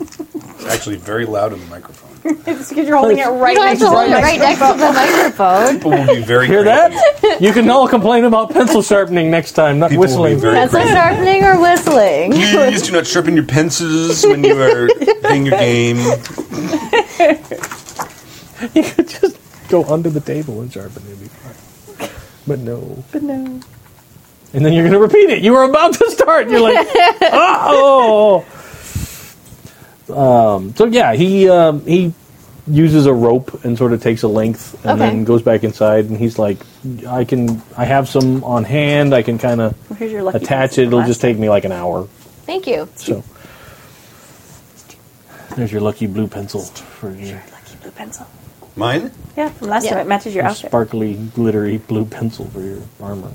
S3: It's actually very loud in the microphone.
S5: It's because you're holding it right
S4: You don't have
S5: next
S4: to
S5: to
S4: hold it
S5: the
S4: right next to the microphone.
S3: People will be very
S2: Hear
S3: creepy.
S2: that? You can all complain about pencil sharpening next time, not
S3: People will be
S2: whistling.
S3: very
S4: Pencil
S3: creepy.
S4: sharpening or whistling?
S3: Please do not sharpen your pencils when you are playing your game.
S2: you could just go under the table and sharpen it. It'd be fine. But no.
S5: But no.
S2: And then you're going to repeat it. You were about to start. You're like, oh. Um, so yeah, he um, he uses a rope and sort of takes a length and
S4: Okay.
S2: then goes back inside and he's like, I can I have some on hand. I can kind of
S5: Well, here's your lucky
S2: attach
S5: dice.
S2: it. It'll just take me like an hour.
S4: Thank you.
S2: So there's your lucky blue pencil for your
S5: Lucky blue pencil.
S3: Mine?
S5: Yeah, from last
S4: Yeah.
S5: time. It matches your outfit.
S2: sparkly, glittery blue pencil for your armor.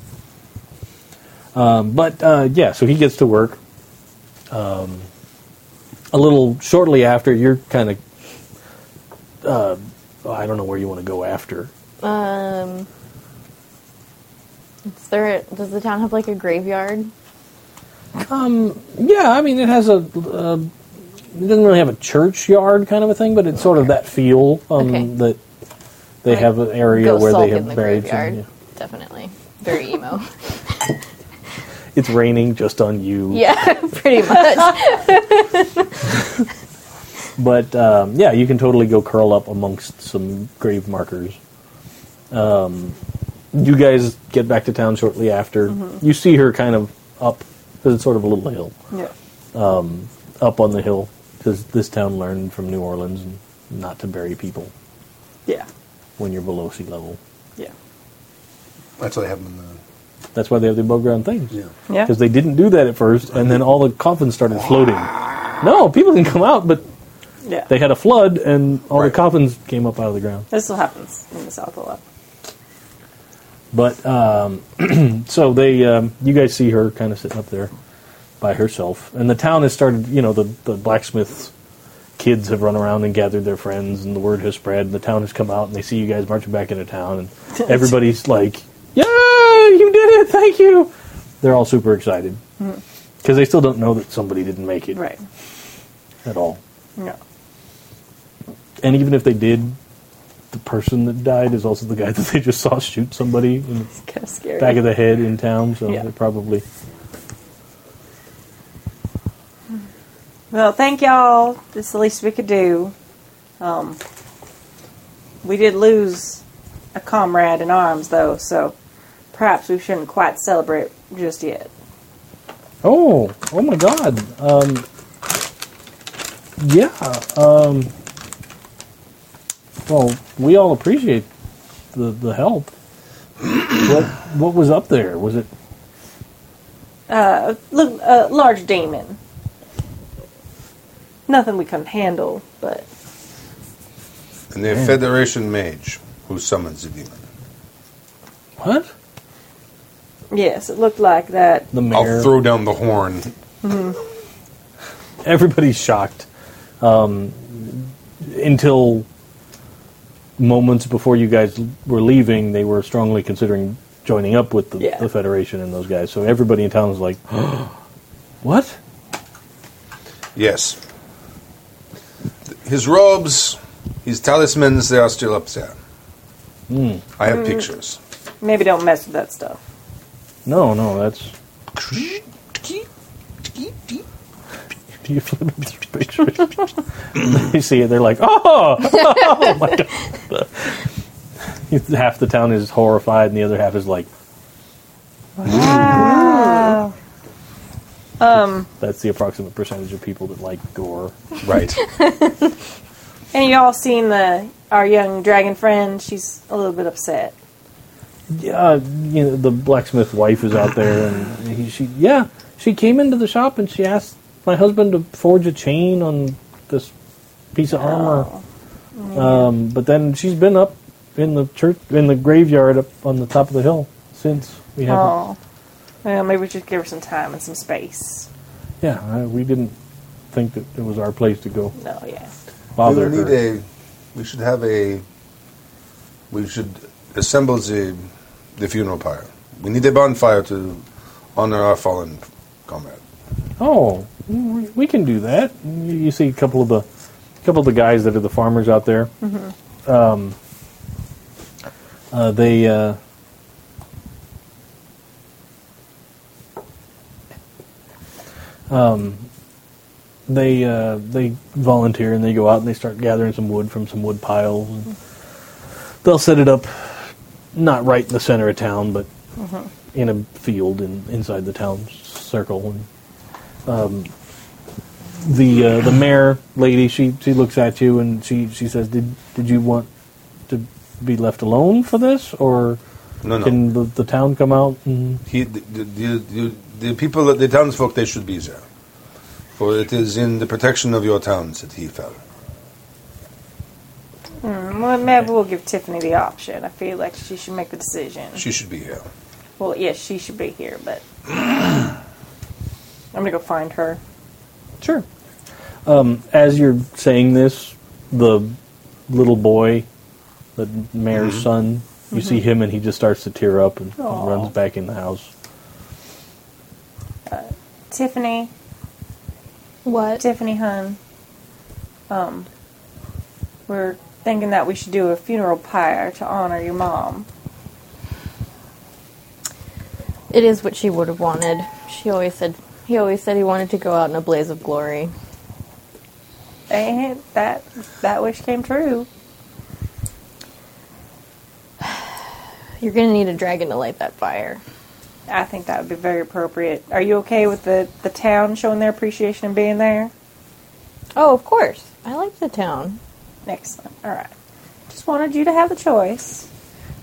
S2: Um, but uh, yeah, so he gets to work. Um, a little shortly after, you're kind of. Uh, I don't know where you want to go after.
S4: Um, is there? Does the town have like a graveyard?
S2: Yeah, I mean, it has a. Uh, it doesn't really have a churchyard kind of a thing, but it's sort of that feel um,
S4: Okay.
S2: that they
S4: Like,
S2: have an area
S4: Go
S2: where
S4: sulk
S2: they have
S4: in the
S2: buried.
S4: graveyard.
S2: Some, yeah.
S4: Definitely. Very emo.
S2: It's raining just on you.
S4: yeah, pretty much.
S2: But um, yeah, you can totally go curl up amongst some grave markers. Um, you guys get back to town shortly after.
S3: Mm-hmm.
S2: You see her kind of up, because it's sort of a little hill,
S5: Yeah.
S2: up on the hill, because this town learned from New Orleans not to bury people.
S5: Yeah.
S2: when you're below sea level.
S5: Yeah.
S3: That's what they have them in the.
S2: That's why they have the above ground things.
S3: Yeah.
S5: Yeah.
S2: Because they didn't do that at first, and then all the coffins started floating. No, people can come out, but
S5: yeah.
S2: they had a flood, and all
S3: Right.
S2: the coffins came up out of the ground.
S5: This still happens in the South a lot.
S2: But um, so they, um, you guys see her kind of sitting up there by herself, and the town has started. You know, the the blacksmith's kids have run around and gathered their friends, and the word has spread. And the town has come out, and they see you guys marching back into town, and everybody's like, "Yeah, you did it! Thank you!" They're all super excited because they still don't know that somebody didn't make it
S5: Mm-hmm. Right.
S2: at all.
S5: Yeah.
S2: And even if they did, the person that died is also the guy that they just saw shoot somebody in the
S5: It's kind of scary.
S2: back of the head in town, so
S5: Yeah.
S2: they're probably.
S5: Well, thank y'all. That's the least we could do. Um, we did lose a comrade in arms, though, so perhaps we shouldn't quite celebrate just yet.
S2: Oh, oh my God. Um, yeah. Um, well, we all appreciate the, the help. what what was up there? Was it
S5: Look, a large demon. Nothing we couldn't handle, but
S3: And the Federation mage who summons the demon.
S2: what
S5: yes, it looked like that.
S2: the
S3: I'll
S2: mayor?
S3: throw down the horn.
S2: Everybody's shocked um, until moments before you guys were leaving. They were strongly considering joining up with the,
S5: Yeah.
S2: the Federation and those guys. So everybody in town was like, "What?"
S3: Yes. His robes, his talismans, they are still up there. I have pictures.
S5: Maybe don't mess with that stuff.
S2: No, no, that's. You flip the picture. you see it, they're like, oh, oh my god. half the town is horrified, and the other half is like,
S5: Um,
S2: that's the approximate percentage of people that like gore.
S3: Right.
S5: and you all seen the our young dragon friend? She's a little bit upset.
S2: Yeah, uh, you know, the blacksmith wife is out there, and he, she, yeah, she came into the shop and she asked my husband to forge a chain on this piece of armor. Um, but then she's been up in the church, in the graveyard up on the top of the hill since we haven't.
S5: Oh, well, maybe we should give her some time and some space.
S2: Yeah, I, we didn't think that it was our place to go
S5: No, yeah,
S3: we
S2: bother
S3: will need
S2: her.
S3: a. We should have a. We should assemble the, the funeral pyre. We need a bonfire to honor our fallen comrade.
S2: Oh, we we can do that. You you see a couple of the couple of the guys that are the farmers out there. Um, uh, they uh, um, they uh, they volunteer and they go out and they start gathering some wood from some wood piles. And they'll set it up, not right in the center of town, but in a field in, inside the town circle. And the uh, the mayor lady she she looks at you and she she says did did you want to be left alone for this or
S3: No, no.
S2: can the, the town come out and
S3: He, the, the, the, the people, the townsfolk, they should be there. For it is in the protection of your towns that he fell.
S5: well, maybe we'll give Tiffany the option. I feel like she should make the decision.
S3: She should be here.
S5: well, yes, she should be here, but I'm gonna go find her.
S2: sure um, as you're saying this the little boy the mayor's
S3: Mm-hmm.
S2: son you see him and he just starts to tear up and, and
S5: Aw.
S2: runs back in the house
S5: Tiffany,
S6: What?
S5: Tiffany Hun. Um, we're thinking that we should do a funeral pyre to honor your mom.
S4: It is what she would have wanted. She always said he always said he wanted to go out in a blaze of glory.
S5: And that that wish came true.
S4: You're gonna need a dragon to light that fire.
S5: I think that would be very appropriate. Are you okay with the, the town showing their appreciation and being there?
S4: Oh, of course. I like the town.
S5: Excellent. All right. Just wanted you to have the choice.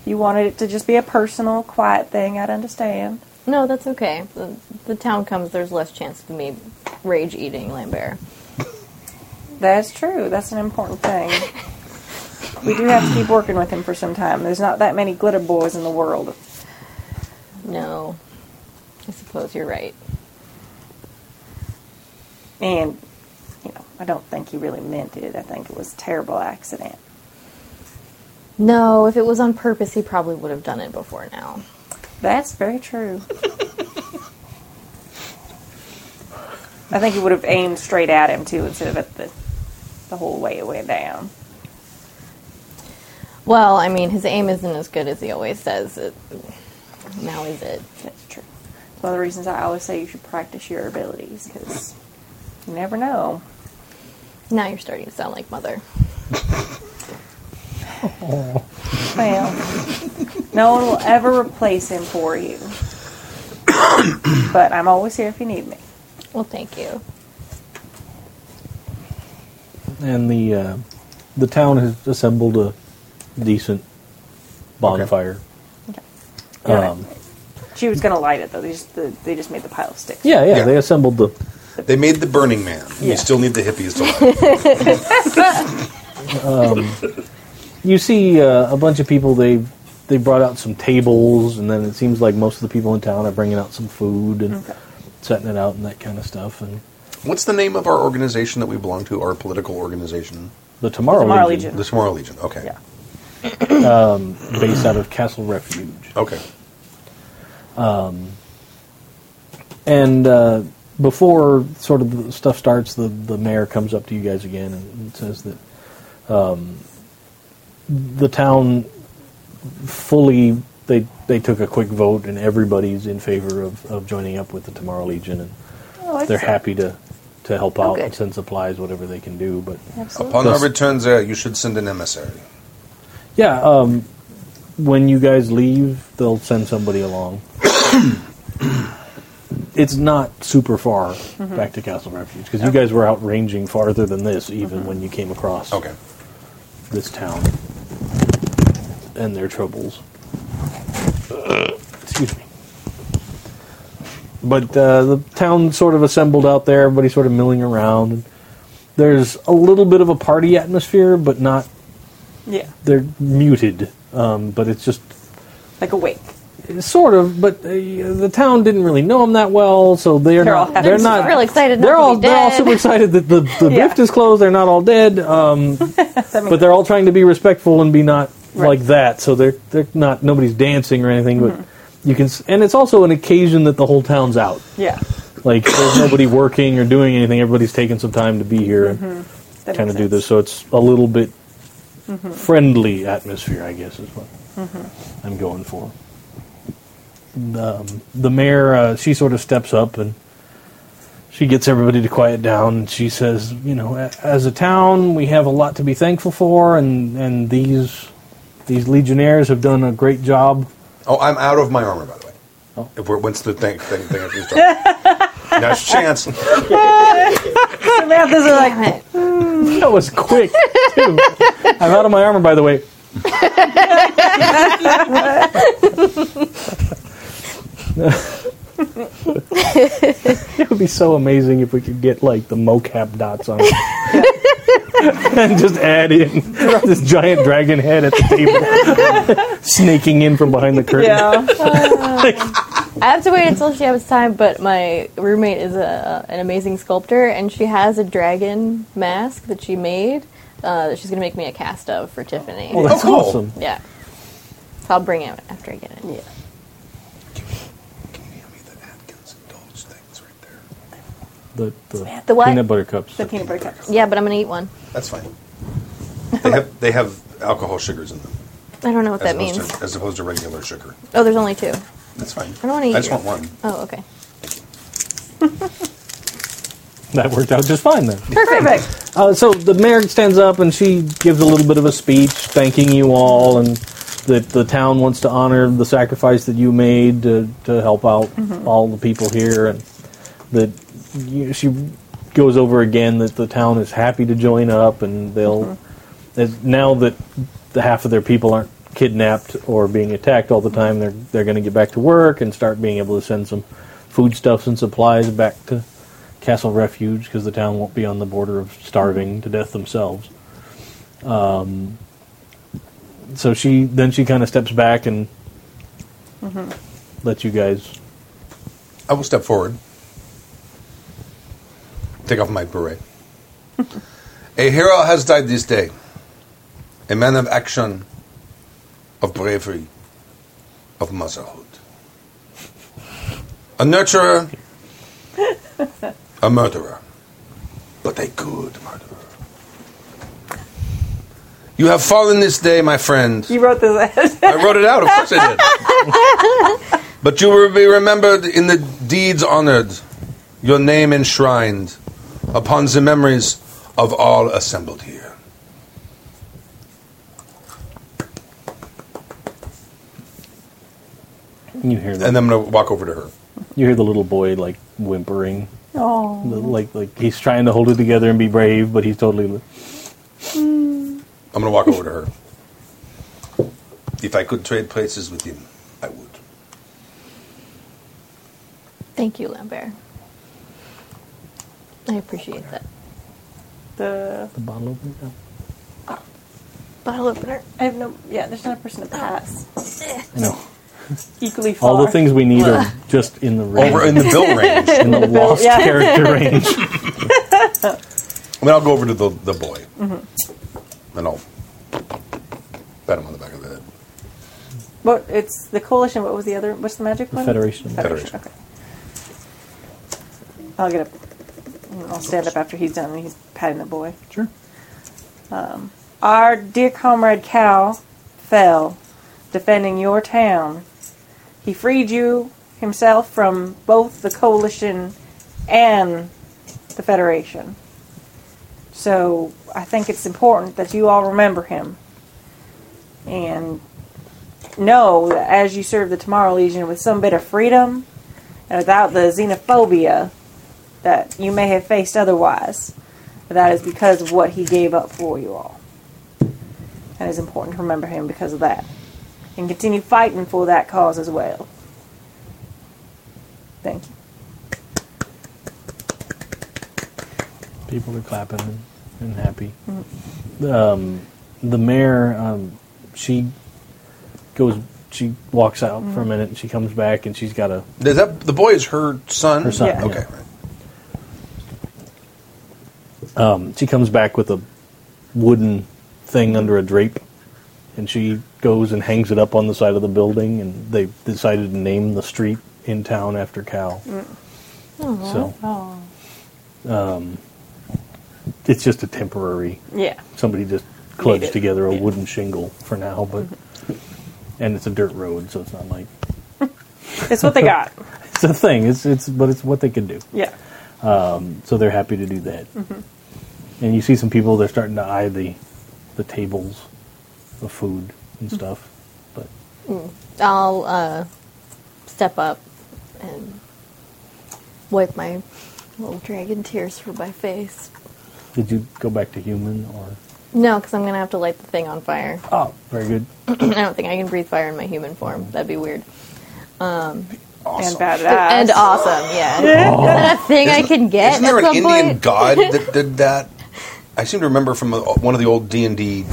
S5: You wanted it to just be a personal, quiet thing. I'd understand.
S4: No, that's okay. The, the town comes, there's less chance of me rage eating Lambert.
S5: That's true. That's an important thing. we do have to keep working with him for some time. There's not that many glitter boys in the world.
S4: No. I suppose you're right.
S5: And, you know, I don't think he really meant it. I think it was a terrible accident.
S4: No, if it was on purpose, he probably would have done it before now.
S5: That's very true. I think he would have aimed straight at him, too, instead of at the, the whole way it went down.
S4: Well, I mean, his aim isn't as good as he always says. It, now is it?
S5: That's true. It's one of the reasons I always say you should practice your abilities, because you never know.
S4: Now you're starting to sound like mother.
S5: Well, no one will ever replace him for you. but I'm always here if you need me.
S4: Well, thank you.
S2: and the uh, the town has assembled a decent bonfire. Um,
S5: She was going to light it, though. They just, the, they just made the pile of sticks.
S2: yeah, yeah,
S3: Yeah.
S2: they assembled the.
S3: They made the Burning Man.
S5: Yeah.
S3: You still need the hippies to light it.
S2: You see uh, a bunch of people. They they brought out some tables, and then it seems like most of the people in town are bringing out some food and setting it out and that kind of stuff. And
S3: What's the name of our organization that we belong to? Our political organization,
S2: the Tomorrow,
S5: Tomorrow
S2: Legion,
S5: Legion.
S3: the Tomorrow Legion. Okay.
S5: Yeah.
S2: based out of Castle Refuge.
S3: Okay.
S2: And uh, before sort of the stuff starts, the, the mayor comes up to you guys again and says that um, the town fully they they took a quick vote and everybody's in favor of, of joining up with the Tomorrow Legion and
S5: Oh,
S2: they're happy to, to help out and
S4: good.
S2: send supplies whatever they can do. But
S3: Upon our return there, you should send an emissary.
S2: yeah, um, when you guys leave, they'll send somebody along. it's not super far back to Castle Refuge because you guys were out ranging farther than this, even when you came across
S3: Okay.
S2: this town and their troubles. Excuse me. But uh, the town sort of assembled out there. Everybody sort of milling around. There's a little bit of a party atmosphere, but not.
S5: Yeah.
S2: They're muted, um, but it's just
S5: Like a wake.
S2: sort of. But uh, the town didn't really know them that well, so they're,
S5: They're all
S2: not.
S5: happy
S2: They're
S5: to
S2: not
S5: survive.
S4: Real excited.
S2: Uh,
S4: Not
S2: they're
S4: to
S2: all
S4: be
S2: they're all
S4: dead.
S2: super excited that the the
S5: Yeah.
S2: rift is closed. They're not all dead, um, but they're all trying to be respectful and be not
S5: Right.
S2: like that. So they're they're not nobody's dancing or anything.
S4: Mm-hmm.
S2: But you can s- and it's also an occasion that the whole town's out.
S5: Yeah.
S2: Like there's nobody working or doing anything. Everybody's taking some time to be here
S4: Mm-hmm.
S2: and
S5: That
S2: kind
S5: makes
S2: of do
S5: sense. Mm-hmm.
S2: this. So it's a little bit friendly atmosphere, I guess, is what I'm going for. The, um, the mayor, uh, she sort of steps up and she gets everybody to quiet down. And she says, "You know, a- as a town, we have a lot to be thankful for, and and these these legionnaires have done a great job."
S3: Oh, I'm out of my armor, by the way.
S2: Oh.
S3: If we're, when's the thing? thing, thing if you start? Nice chance.
S5: Samantha's like,
S4: Damn it.
S2: That was quick. too. I'm out of my armor, by the way. it would be so amazing if we could get like the mocap dots on it. and just add in this giant dragon head at the table, snaking in from behind the curtain.
S5: yeah.
S4: I have to wait until she has time, but my roommate is a, uh, an amazing sculptor, and she has a dragon mask that she made uh, that she's going to make me a cast of for Tiffany.
S2: Oh, that's
S3: Oh, cool.
S2: awesome.
S4: Yeah. So I'll bring it after I get it.
S5: yeah.
S3: Can you hand me the Atkins indulge things right there?
S2: The, the
S4: The what?
S2: peanut butter cups.
S5: The peanut butter cups.
S4: Yeah, but I'm going to eat one.
S3: That's fine. They have they have alcohol sugars in them
S4: I don't know what
S3: as
S4: that
S3: opposed
S4: means.
S3: to as opposed to regular sugar.
S4: Oh, there's only two.
S3: That's fine.
S4: I don't wanna eat
S3: I just
S4: your-
S3: want one.
S4: Oh, okay.
S2: That worked out just fine then.
S5: Perfect.
S2: Uh, so the mayor stands up and she gives a little bit of a speech thanking you all and that the town wants to honor the sacrifice that you made to, to help out all the people here and that you, she goes over again that the town is happy to join up and they'll as now that the half of their people aren't kidnapped or being attacked all the time, they're they're going to get back to work and start being able to send some foodstuffs and supplies back to Castle Refuge because the town won't be on the border of starving to death themselves. Um, so she then she kind of steps back and
S5: Mm-hmm.
S2: lets you guys.
S3: I will step forward. Take off my beret. a hero has died this day. A man of action, of bravery, of motherhood. A nurturer, a murderer, but a good murderer. You have fallen this day, my friend.
S5: You wrote this ahead.
S3: I wrote it out. Of course I did. but you will be remembered in the deeds honored, your name enshrined upon the memories of all assembled here.
S2: You hear the,
S3: And I'm going to walk over to her.
S2: you hear the little boy like whimpering,
S5: Oh,
S2: like like he's trying to hold it together and be brave, but he's totally.
S3: I'm going to walk over to her. If I could trade places with him, I would.
S4: Thank you, Lambert. I appreciate that.
S5: the
S2: The bottle opener.
S4: Bottle opener.
S5: I have no. Yeah, there's not a person to pass.
S2: I know.
S5: Equally far.
S2: All the things we need are just in the range.
S3: Over in the bill range. I
S2: in the lost
S5: yeah.
S2: character range.
S3: mean, I'll go over to the, the boy. And I'll pat him on the back of the head.
S5: What? It's the coalition. What was the other? What's the magic one?
S2: Federation.
S5: Federation. Okay. I'll get up. I'll stand up after he's done. and He's patting the boy.
S2: Sure.
S5: Our dear comrade Cal fell defending your town. He freed you himself from both the coalition and the Federation. So I think it's important that you all remember him. And know that as you serve the Tomorrow Legion with some bit of freedom and without the xenophobia that you may have faced otherwise, that is because of what he gave up for you all. And it's important to remember him because of that. And continue fighting for that cause as well. Thank you.
S2: People are clapping and, and happy. Um, the mayor, um, she goes, she walks out for a minute and she comes back and she's got a.
S3: Is that, the boy is her son?
S2: Her son,
S5: Yeah.
S3: Okay.
S2: yeah. um, She comes back with a wooden thing under a drape, and she goes and hangs it up on the side of the building. And they decided to name the street in town after Cal. So
S5: Oh.
S2: it's just a temporary.
S5: Yeah.
S2: somebody just clutched
S5: it.
S2: together a
S5: Yeah.
S2: wooden shingle for now, but and it's a dirt road, so it's not like
S5: It's what they got.
S2: it's a thing. It's it's but it's what they can do,
S5: Yeah.
S2: so they're happy to do that. And you see some people they're starting to eye the the tables of food and stuff, but
S4: I'll uh, step up and wipe my little dragon tears from my face.
S2: did you go back to human or
S4: No, because I'm going to have to light the thing on fire.
S2: oh very good
S4: I don't think I can breathe fire in my human form. That'd be weird.
S5: And badass.
S4: And awesome, yeah. That thing I can get
S3: Isn't there
S4: at
S3: an
S4: some
S3: Indian
S4: point.
S3: god that did that? I seem to remember from uh, one of the old D and D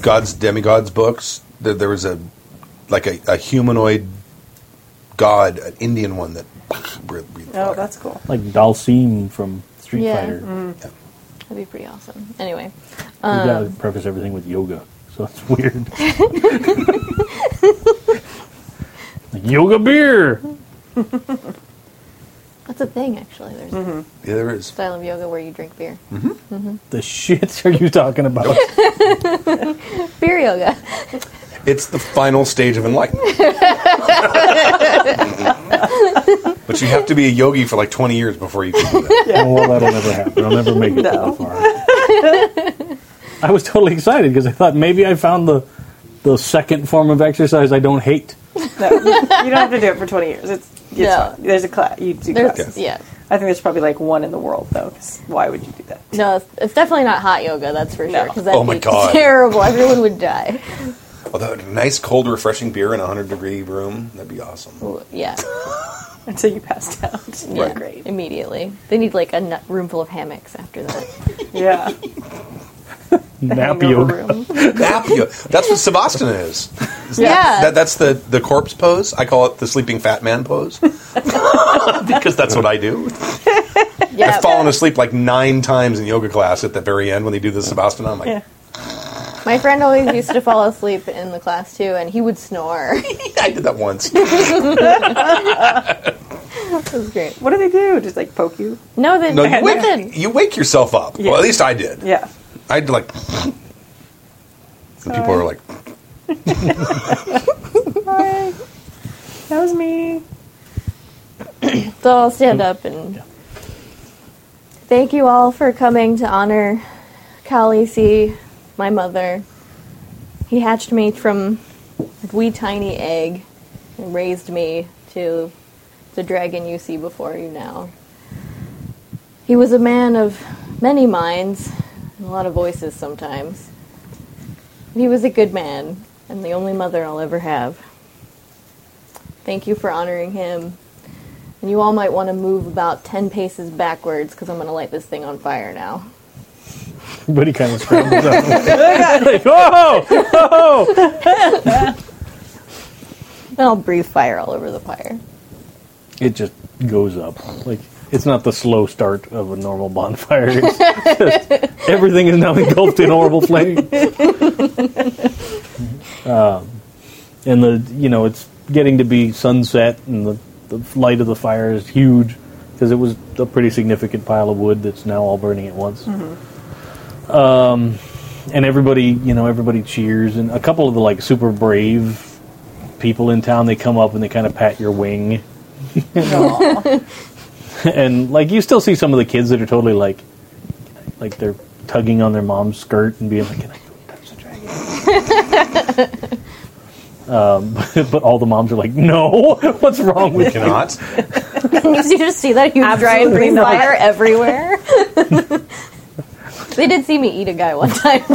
S3: gods demigods books that there was a like a, a humanoid god, an Indian one that breathed breathed
S5: oh,
S3: fire.
S5: that's cool.
S2: like Dalsim from Street
S4: Yeah.
S2: Fighter.
S3: Mm-hmm.
S4: That'd be pretty awesome. Anyway,
S2: We gotta preface everything with yoga, so it's weird. Like, yoga beer.
S4: that's a thing, actually. There's a
S3: yeah, there is.
S4: style of yoga where you drink beer.
S3: Mm-hmm.
S2: The shit are you talking about?
S4: Beer yoga.
S3: It's the final stage of enlightenment. but you have to be a yogi for like twenty years before you can do that.
S2: Oh, well, that'll never happen. I'll never make it
S5: No.
S2: that far. I was totally excited because I thought maybe I found the the second form of exercise I don't hate.
S5: No, you don't have to do it for 20 years. It's, it's
S4: No.
S5: fine. There's a class. You do
S4: There's,
S5: classes.
S4: yeah.
S5: I think there's probably like one in the world though. 'cause why would you do that?
S4: No, it's, it's definitely not hot yoga. That's for
S5: No.
S4: sure. Because that'd
S3: Oh my
S4: be
S3: God.
S4: terrible. Everyone would die.
S3: Although a nice, cold, refreshing beer in a hundred degree room, that'd be awesome.
S4: Yeah,
S5: Until you passed out.
S4: yeah.
S5: Yeah. Great.
S4: Immediately, they need like a nut room full of hammocks after that.
S5: Yeah.
S2: Nap
S5: Hangover
S2: yoga.
S5: room.
S3: Nap yoga. That's what Savasana is.
S4: yeah,
S3: That, that's the, the corpse pose. I call it the sleeping fat man pose because that's what I do.
S4: yeah.
S3: I've fallen asleep like nine times in yoga class at the very end when they do the Savasana. I'm like,
S5: Yeah.
S4: My friend always used to fall asleep in the class too, and he would snore. it
S3: I did that once.
S4: was great.
S5: What do they do? Just like poke you?
S4: No, they
S3: No, you
S4: nothing.
S3: wake, you wake yourself up.
S5: Yeah.
S3: Well, at least I did.
S5: Yeah.
S3: I did like. And people are like,
S5: Hi. That was me.
S4: So I'll stand up and thank you all for coming to honor Kali C, my mother. He hatched me from a wee tiny egg and raised me to the dragon you see before you now. He was a man of many minds and a lot of voices sometimes. But he was a good man and the only mother I'll ever have. Thank you for honoring him. And you all might want to move about 10 paces backwards because I'm going to light this thing on fire now.
S2: But he kind of scrambles up. like, oh, oh!
S4: And I'll breathe fire all over the fire.
S2: It just goes up. Like it's not the slow start of a normal bonfire. It's just, everything is now engulfed in horrible flame. um, and the you know it's getting to be sunset, and the, the light of the fire is huge because it was a pretty significant pile of wood that's now all burning at once. Um, and everybody you know everybody cheers and a couple of the like super brave people in town they come up and they kind of pat your wing and like you still see some of the kids that are totally like like they're tugging on their mom's skirt and being like can i go touch the dragon um, but all the moms are like no what's wrong with you
S3: cannot.
S4: Did you just see that huge giant
S5: Absolutely
S4: green
S5: not.
S4: fire everywhere? they did see me eat a guy one time, too.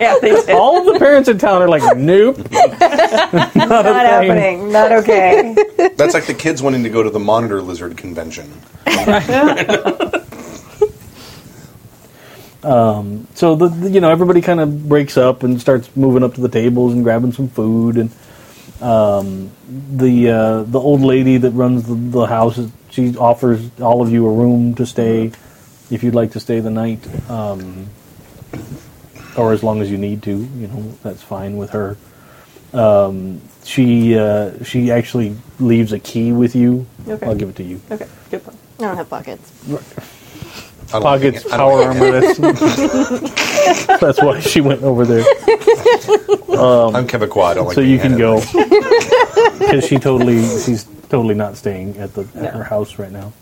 S5: Yeah, they did.
S2: all of the parents in town are like nope
S5: Not happening. Not okay.
S3: That's like the kids wanting to go to the monitor lizard convention.
S2: so the, the- you know everybody kind of breaks up and starts moving up to the tables and grabbing some food and um, the uh, the old lady that runs the, the house she offers all of you a room to stay if you'd like to stay the night um, or as long as you need to you know that's fine with her um, she uh, she actually leaves a key with you
S5: Okay.
S2: I'll give it to you
S5: Okay. Good point.
S4: I don't have pockets.
S3: I don't
S2: pockets
S3: think it- I
S2: power
S3: don't think
S2: armor that's, that's why she went over there
S3: it- I'm Quebecois. I don't like
S2: so
S3: being
S2: you can
S3: handed
S2: go
S3: things.
S2: because she totally she's totally not staying at the at her house right now.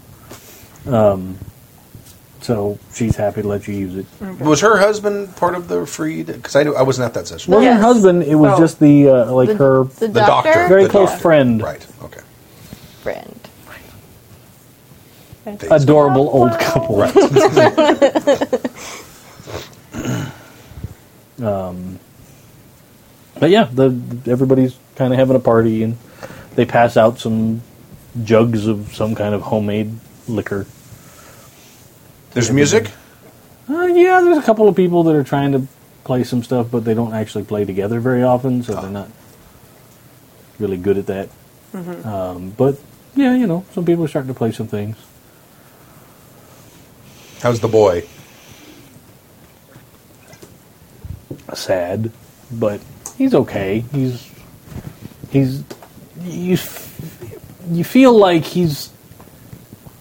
S2: Um, so she's happy to let you use it.
S3: Was her husband part of the freed? Because I, knew- I wasn't at that session.
S2: Wasn't
S5: Yes.
S2: her husband? It was
S5: Oh.
S2: just the uh, like
S4: The,
S2: her
S4: the
S3: the doctor.
S4: doctor,
S2: very
S3: the
S2: close
S3: doctor.
S2: friend,
S3: Right. Okay.
S4: friend.
S3: Thanks.
S2: adorable old couple. Um, But yeah, the, everybody's kind of having a party, and they pass out some jugs of some kind of homemade liquor.
S3: There's music.
S2: Uh, yeah, there's a couple of people that are trying to play some stuff, but they don't actually play together very often, so they're not really good at that. Um, but yeah, you know, some people are starting to play some things.
S3: How's the boy?
S2: Sad, but he's okay. He's he's you f- you feel like he's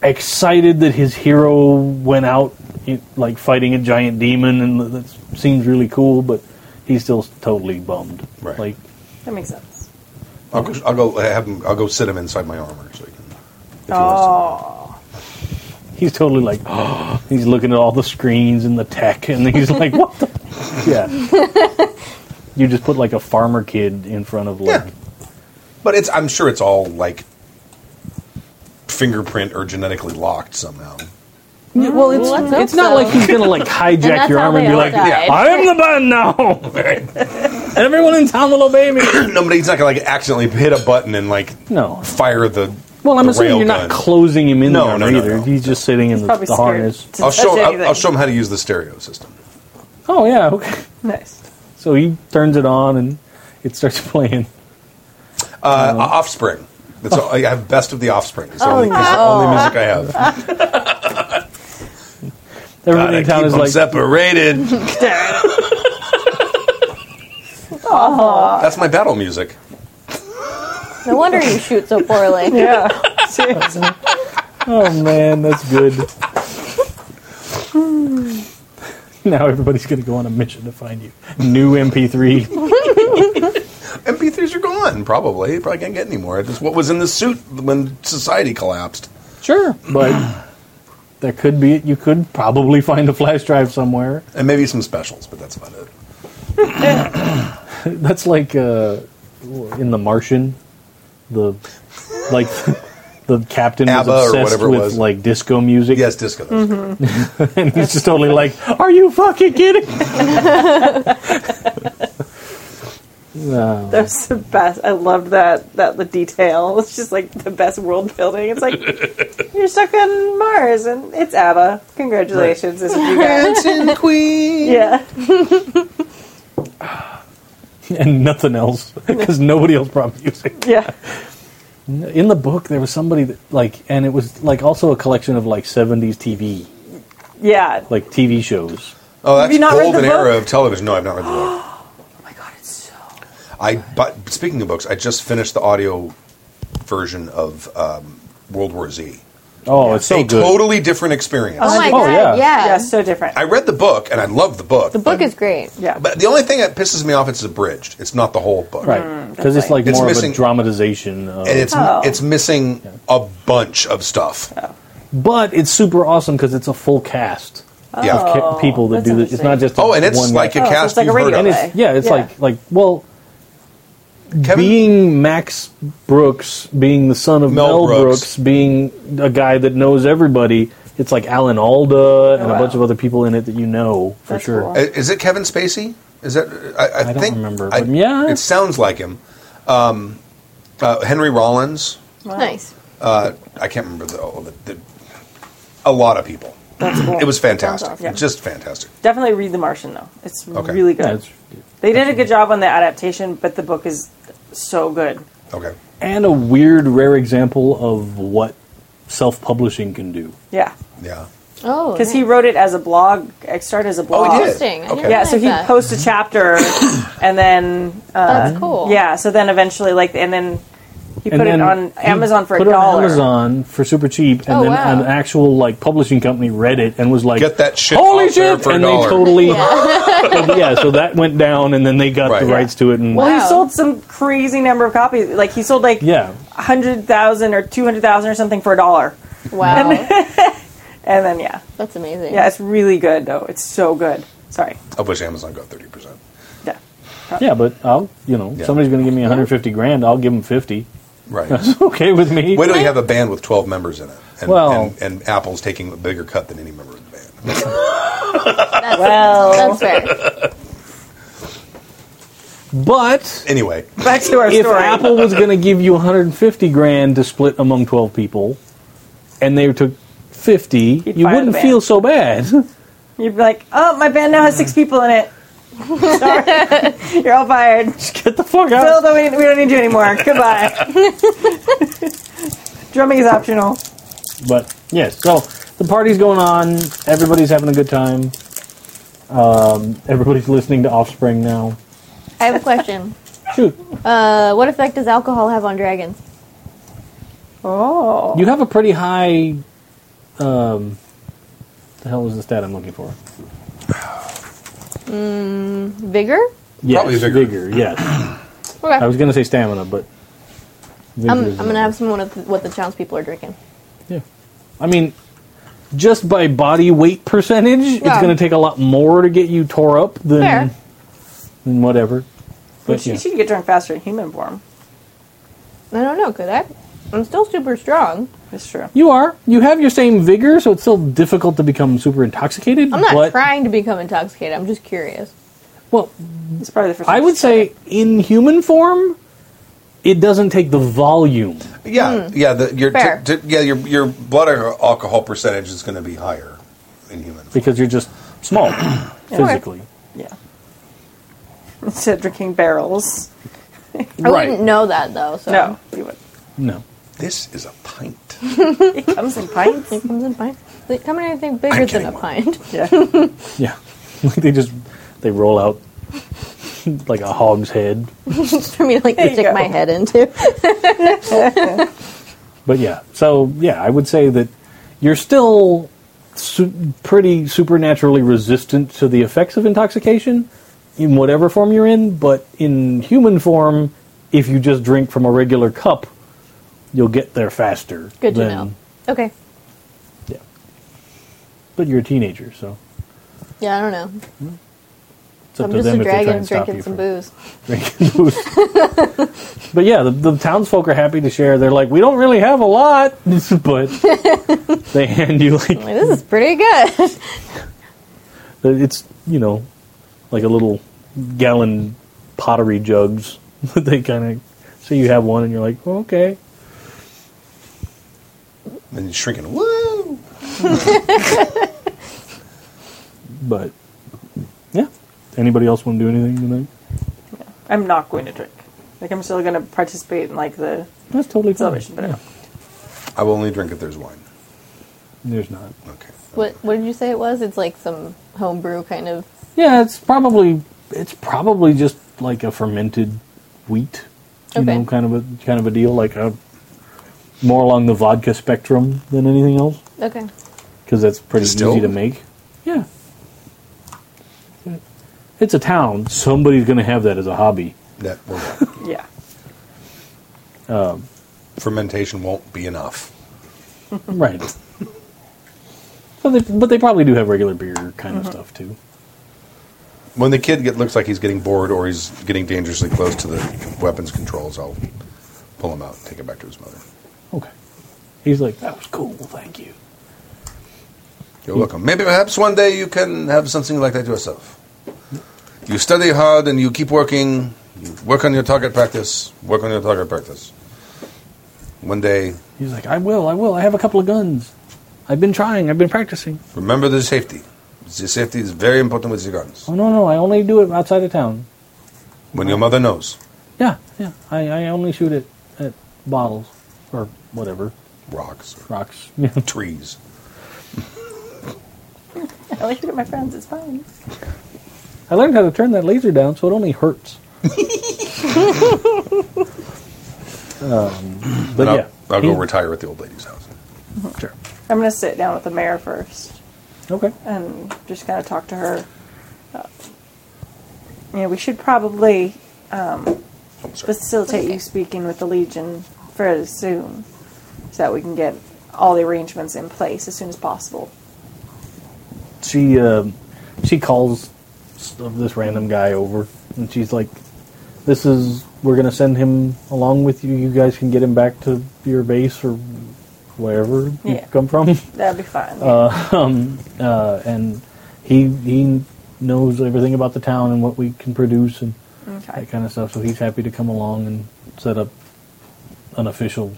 S2: excited that his hero went out in, like fighting a giant demon, and that that seems really cool. But he's still totally bummed.
S3: Right.
S2: Like
S5: That makes sense.
S3: I'll go, I'll go have him. I'll go sit him inside my armor so he can. If he wants
S5: Oh.
S2: He's totally like, he's looking at all the screens and the tech, and he's like, what the? Yeah. you just put like a farmer kid in front of like,
S3: Yeah. to. But it's. I'm sure it's all like fingerprint or genetically locked somehow.
S2: Well, it's
S4: let's hope
S2: it's not
S4: so.
S2: like he's gonna like hijack
S4: that's
S2: your
S4: how
S2: arm and
S4: they
S2: be
S4: all
S2: like,
S4: died.
S2: "I am the button now." Everyone in town will obey me.
S3: Nobody's not gonna like accidentally hit a button and like
S2: No.
S3: fire the.
S2: Well, I'm
S3: the
S2: assuming
S3: rail
S2: you're not
S3: gun.
S2: closing him in
S3: No,
S2: there
S3: no, no,
S2: either.
S3: no.
S2: He's just sitting in the,
S5: Probably
S2: the
S5: scared.
S2: harness.
S5: to
S3: I'll
S5: touch
S3: show. I'll,
S5: anything.
S3: I'll show him how to use the stereo system.
S2: Oh yeah, okay.
S5: Nice.
S2: So he turns it on and it starts playing.
S3: Uh, Offspring. That's all, I have best of the Offspring. It's the
S2: Oh,
S4: Oh,
S3: only, it's the only music I have.
S2: Everyone in town is like,
S3: separated. That's my battle music.
S4: No wonder you shoot so poorly.
S5: Yeah. Seriously.
S2: "Oh man, that's good." now everybody's gonna go on a mission to find you. New MP3.
S3: MP3s are gone. Probably. Probably can't get any more. It's what was in the suit when society collapsed.
S2: sure, but there could be. You could probably find a flash drive somewhere.
S3: And maybe some specials, but that's about it.
S2: That's like uh, in The Martian, the like the captain was
S3: ABBA or
S2: obsessed
S3: whatever it
S2: with
S3: was.
S2: like disco music.
S3: Yes, disco.
S5: Mm-hmm.
S2: and he's just totally like, "Are you fucking kidding?" no.
S5: That's the best. I loved that that the detail. It's just like the best world building. It's like you're stuck on Mars and it's ABBA. Congratulations, this is you guys.
S3: Dancing Queen.
S5: Yeah.
S2: and nothing else because nobody else brought music.
S5: Yeah.
S2: In the book, there was somebody that like, and it was like also a collection of like '70s TV,
S5: Yeah.
S2: like TV shows.
S3: Oh, that's
S5: you not read the
S3: golden era
S5: book?
S3: of television. No, I've not read the book.
S5: Oh my god, it's so
S3: I but speaking of books, I just finished the audio version of um, World War Z.
S2: Oh, it's so
S3: a
S2: good.
S3: totally different experience.
S5: Uh-huh.
S4: Oh my
S2: Oh,
S4: god,
S2: yeah.
S4: yeah.
S5: yeah, so different.
S3: I read the book and I love the book.
S4: the book is great.
S5: yeah.
S3: But the only thing that pisses me off is it's abridged. It's not the whole book.
S2: right? Because it's
S5: that's
S2: Mm, like
S3: It's
S2: more
S3: missing-
S2: of a dramatization. Of,
S3: And it's
S5: Oh.
S3: it's missing a bunch of stuff.
S2: but it's super awesome because it's a full cast
S3: Yeah.
S2: ca- people that
S5: Oh, that's
S2: do this. It's not just
S3: Oh, and it's
S2: one
S3: like a
S5: Oh, so
S3: cast
S5: it's like a
S3: you've heard
S5: radio
S3: of.
S2: and it's yeah, it's
S5: Yeah.
S2: like like well,
S3: Kevin-
S2: being Max Brooks, being the son of Mel,
S3: Mel
S2: Brooks.
S3: Brooks.
S2: being a guy that knows everybody. It's like Alan Alda and a
S5: Oh, wow.
S2: bunch of other people in it that you know for
S5: That's
S2: sure.
S5: cool.
S3: I- Uh, Is it Kevin Spacey? Is that I, I,
S2: I don't
S3: think
S2: remember,
S3: I-
S2: but yeah.
S3: it sounds like him. Um, uh, Henry Rollins.
S4: Nice.
S3: I can't remember the, all the, the a lot of people.
S5: That's cool.
S3: It was fantastic,
S4: Sounds
S5: awesome.
S3: just fantastic.
S5: Definitely read The Martian though. It's
S3: Okay.
S5: really good.
S2: Yeah, it's-
S5: they did a good job on the adaptation, but the book is so good.
S3: Okay,
S2: and a weird, rare example of what self-publishing can do.
S5: Yeah.
S3: yeah.
S4: Oh,
S5: Because he wrote it as a blog. It started as a
S2: Oh,
S5: blog.
S3: he did?
S4: interesting. I
S3: Okay.
S4: didn't
S5: Yeah, so
S4: realize
S5: he
S4: that.
S5: posts a chapter, and then uh,
S2: Uh-huh.
S4: That's cool.
S5: yeah, so then eventually, like, and then he put
S2: and then
S5: it on
S2: he
S5: Amazon for
S2: put
S5: a
S2: it on
S5: dollar.
S2: Amazon for super cheap, and
S4: Oh,
S2: then
S4: wow.
S2: an actual like publishing company read it and was like,
S3: Get that shit
S2: holy
S3: off there
S2: shit!"
S3: for a
S2: and they
S3: dollar.
S2: totally,
S4: Yeah.
S2: yeah. So that went down, and then they got
S3: Right.
S2: the rights to it, and
S5: Well,
S4: Wow.
S5: he sold some crazy number of copies. Like, he sold like
S2: yeah,
S5: hundred thousand or two hundred thousand or something for a dollar,
S4: Wow,
S5: and then yeah,
S4: that's amazing.
S5: yeah, it's really good though. It's so good. Sorry,
S3: Of which Amazon got thirty percent.
S5: yeah,
S2: yeah. But I'll, you know,
S3: Yeah.
S2: somebody's going to give me 150 grand. I'll give them 50.
S3: Right.
S2: Okay with me.
S3: Wait till you have a band with twelve members in it, and,
S2: Well-
S3: and, and Apple's taking a bigger cut than any member of the band.
S4: That's,
S5: Well.
S4: that's fair.
S2: but
S3: anyway,
S5: back to our
S2: if
S5: story.
S2: Apple was going to give you 150 grand to split among 12 people, and they took 50,
S5: He'd
S2: you
S5: fire the
S2: wouldn't
S5: band.
S2: feel so bad.
S5: You'd be like, oh, my band now has six people in it. Sorry, you're all fired.
S2: Get the fuck out.
S5: Bill, don't we, we don't need you anymore. Goodbye. Drumming is optional.
S2: But yes, so the party's going on. Everybody's having a good time. Um, everybody's listening to Offspring now.
S4: I have a question.
S2: Shoot,
S4: Uh, what effect does alcohol have on dragons?
S5: Oh.
S2: you have a pretty high. Um, the hell was the stat I'm looking for?
S4: Vigor?
S2: Yes,
S3: Probably vigor.
S2: Yes,
S4: Okay.
S2: I was going to say stamina, but vigor
S4: I'm,
S2: is
S4: I'm gonna
S2: another.
S4: have some of the- what the townspeople are drinking.
S2: Yeah, I mean, just by body weight percentage, it's
S4: Yeah.
S2: going to take a lot more to get you tore up than
S4: Fair.
S2: than whatever.
S5: But
S2: But
S5: she,
S2: yeah.
S5: she can get drunk faster in human form.
S4: I don't know. Could I? I'm still super strong.
S5: It's true.
S2: You are. You have your same vigor, so it's still difficult to become super intoxicated.
S4: I'm not
S2: but,
S4: trying to become intoxicated. I'm just curious.
S2: Well,
S5: It's probably the first.
S2: I
S5: time
S2: would
S5: said it.
S2: say in human form, it doesn't take the volume.
S3: Yeah, yeah. The, your
S4: Fair.
S3: t- t- yeah, your your blood or alcohol percentage is going to be higher in human. form.
S2: because you're just small physically.
S5: yeah. Instead of drinking barrels,
S4: I wouldn't know that though. So
S5: no, you would.
S2: No.
S3: This is a pint.
S5: It comes in pints.
S4: It comes in pint. They come in anything bigger
S3: I'm
S4: than
S3: getting
S4: a
S3: one.
S4: pint.
S5: Yeah,
S2: Yeah. Like they just they roll out like a hog's head.
S4: Just for me to like
S5: There you
S4: stick
S5: go.
S4: my head into.
S2: But yeah. So yeah, I would say that you're still su- pretty supernaturally resistant to the effects of intoxication in whatever form you're in, but in human form, if you just drink from a regular cup, you'll get there faster.
S4: Good to
S2: than-
S4: know. Okay.
S2: Yeah. But you're a teenager, so
S4: Yeah, I don't know.
S2: it's up
S4: I'm
S2: to
S4: just
S2: them if
S4: a
S2: they try
S4: dragon
S2: and stop
S4: drinking
S2: you
S4: some
S2: from-
S4: booze.
S2: drinking booze. but yeah, the, the townsfolk are happy to share. They're like, we don't really have a lot, but they hand you like
S4: Like, this is pretty good.
S2: it's you know like a little gallon pottery jugs. that they kind of so you have one and you're like, "Oh, okay,
S3: And you're shrinking. Woo!
S2: but yeah. Anybody else want to do anything tonight?
S5: I'm not going to drink. Like I'm still going to participate in like the
S2: That's totally fine.
S5: celebration, but I
S2: Yeah.
S5: don't.
S3: I will only drink if there's wine.
S2: There's not.
S3: Okay.
S4: what What did you say it was? It's like some homebrew kind of.
S2: Yeah, it's probably it's probably just like a fermented wheat, you
S4: Okay.
S2: know, kind of a kind of a deal, like a more along the vodka spectrum than anything else,
S4: Okay.
S2: because that's pretty easy
S3: Distilled?
S2: to make. Yeah, it's a town. Somebody's going to have that as a hobby.
S3: That will not.
S5: Yeah,
S3: fermentation won't be enough.
S2: Right. So they, but they probably do have regular beer kind of stuff too.
S3: When the kid get, looks like he's getting bored or he's getting dangerously close to the weapons controls, I'll pull him out and take him back to his mother.
S2: Okay. He's like, that was cool. Thank you.
S3: You're welcome. Maybe perhaps one day you can have something like that yourself. You study hard and you keep working. You work on your target practice. Work on your target practice. One day,
S2: He's like, I will. I will. I have a couple of guns. I've been trying. I've been practicing.
S3: remember the safety. The safety is very important with the guns.
S2: Oh no, no, I only do it outside of town.
S3: When your mother knows,
S2: Yeah, yeah. I, I only shoot at, at bottles or whatever
S3: rocks, or
S2: rocks. Yeah.
S3: trees.
S5: I like to get my friends. It's fine.
S2: I learned how to turn that laser down so it only hurts. um, but
S3: And I'll,
S2: yeah,
S3: I'll go
S2: He-
S3: retire at the old lady's house.
S2: Sure.
S5: I'm going to sit down with the mayor first
S2: Okay.
S5: and just kind of talk to her. Uh, yeah, we should probably um,
S3: Oh, sorry.
S5: facilitate you speaking with the Legion fairly soon so that we can get all the arrangements in place as soon as possible.
S2: she um she calls s- this random guy over, and she's like, "This is we're gonna send him along with you. You guys can get him back to your base or wherever you
S5: Yeah.
S2: come from."
S5: That'd be fine.
S2: uh, and he he knows everything about the town and what we can produce and
S5: okay.
S2: that kind of stuff. So he's happy to come along and set up an official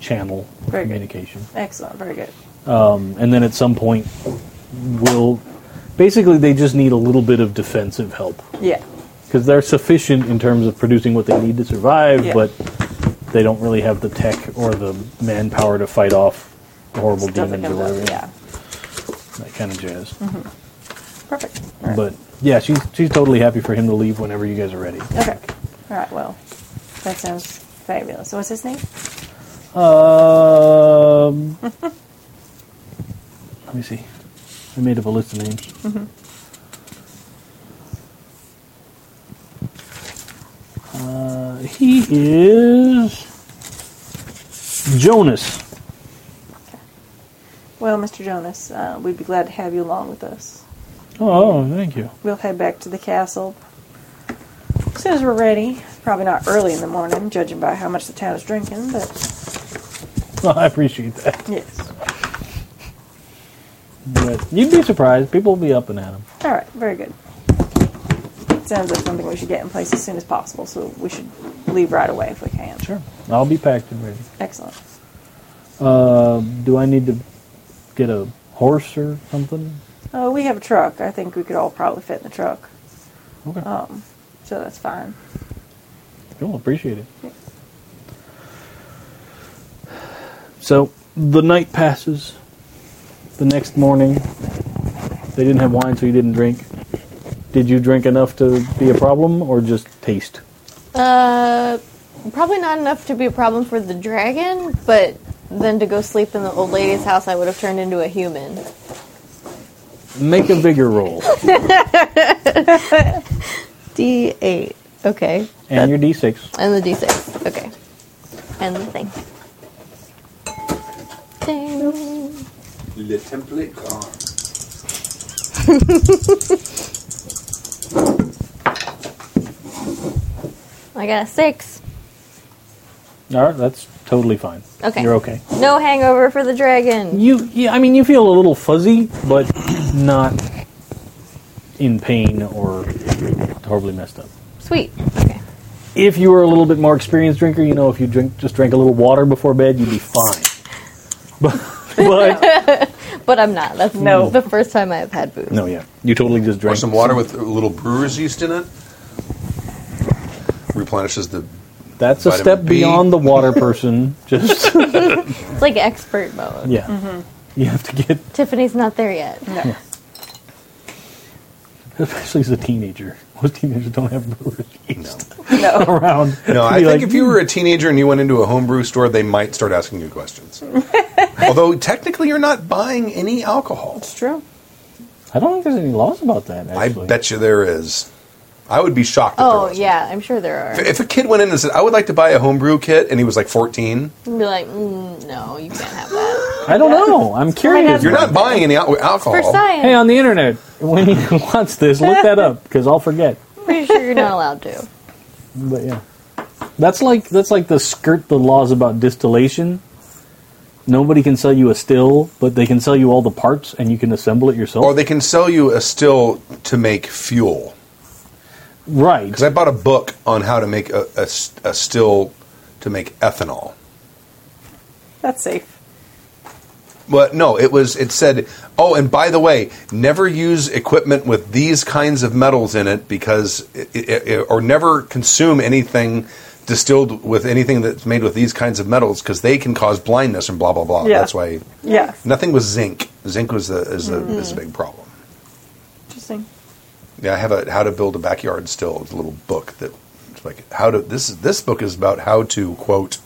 S2: channel of
S5: Very good.
S2: communication.
S5: Excellent. Very good.
S2: And then at some point, we'll basically they just need a little bit of defensive help
S5: Yeah.
S2: because they're sufficient in terms of producing what they need to survive,
S5: Yeah.
S2: but they don't really have the tech or the manpower to fight off horrible
S5: Stuff that
S2: demons or
S5: comes up,
S2: whatever.
S5: Yeah.
S2: That kind of jazz.
S5: Perfect. All right.
S2: But yeah, she's she's totally happy for him to leave whenever you guys are ready.
S5: Okay. All right. Well, that sounds fabulous. What's his name?
S2: Um, let me see. I made up a list of names. Uh, he is Jonas.
S5: Well, Mr. Jonas, uh, we'd be glad to have you along with us.
S2: Oh, thank you.
S5: We'll head back to the castle as soon as we're ready. Probably not early in the morning, judging by how much the town is drinking, but
S2: I appreciate that.
S5: Yes.
S2: But you'd be surprised. People will be up and at them.
S5: All right. Very good. Sounds like something we should get in place as soon as possible. So we should leave right away if we can.
S2: Sure. I'll be packed and ready.
S5: Excellent.
S2: Uh, do I need to get a horse or something?
S5: Oh, we have a truck. I think we could all probably fit in the truck.
S2: Okay.
S5: Um, so that's fine.
S2: Cool, appreciate it. So the night passes. The next morning, they didn't have wine, so you didn't drink. Did you drink enough to be a problem, or just taste?
S4: Uh, probably not enough to be a problem for the dragon, but then to go sleep in the old lady's house, I would have turned into a human.
S2: Make a vigor roll,
S4: D8. Okay.
S2: and your d6.
S4: And the D6. Okay. And the thing. Ding.
S3: Le template car.
S4: I got a six.
S2: All right, that's totally fine.
S4: Okay.
S2: you're okay.
S4: No hangover for the dragon.
S2: You, yeah, I mean, you feel a little fuzzy, but not in pain or horribly messed up.
S4: Sweet. Okay.
S2: if you were a little bit more experienced drinker, you know, if you drink just drank a little water before bed, you'd be fine. But, but
S4: But I'm not. That's
S5: No.
S4: the first time I've had booze.
S2: no, yeah, you totally just
S3: Or
S2: drank
S3: some water with a little brewer's yeast in it. Replenishes the.
S2: That's a
S3: vitamin
S2: step
S3: B.
S2: beyond the water person. Just
S4: It's like expert mode.
S2: yeah,
S3: Mm-hmm.
S2: you have to get,
S4: Tiffany's not there yet.
S5: No.
S2: especially as a teenager. Most teenagers don't have brewers
S3: No.
S5: No.
S2: around.
S3: No, I
S2: Be
S3: think
S2: like, hmm.
S3: if you were a teenager and you went into a homebrew store, they might start asking you questions. Although technically, you're not buying any alcohol.
S5: It's true.
S2: I don't think there's any laws about that.
S3: I
S2: Actually.
S3: bet you there is. I would be shocked. If there
S4: Oh
S3: wasn't.
S4: yeah, I'm sure there are.
S3: If- If a kid went in and said, "I would like to buy a homebrew kit," and he was like 14,
S4: You'd be like, mm, no, you can't have that.
S2: I don't know. I'm curious.
S3: you're not buying any al-
S4: For
S3: alcohol.
S4: science,
S2: Hey, on the internet, when you watch this, look that up because I'll forget.
S4: I'm pretty sure you're not allowed to.
S2: But yeah, that's like that's like the skirt the laws about distillation. Nobody can sell you a still, but they can sell you all the parts, and you can assemble it yourself.
S3: Or they can sell you a still to make fuel.
S2: right?
S3: Because I bought a book on how to make a, a s- a still to make ethanol.
S5: That's safe.
S3: But no, it was. It said, "Oh, and by the way, never use equipment with these kinds of metals in it because, it, it, it- or never consume anything distilled with anything that's made with these kinds of metals because they can cause blindness and blah blah blah."
S5: Yeah.
S3: That's why
S5: Yeah.
S3: nothing was zinc. Zinc was a, is a is a big problem.
S5: Interesting.
S3: Yeah, I have a how to build a backyard still. It's a little book that it's like how to this this book is about how to quote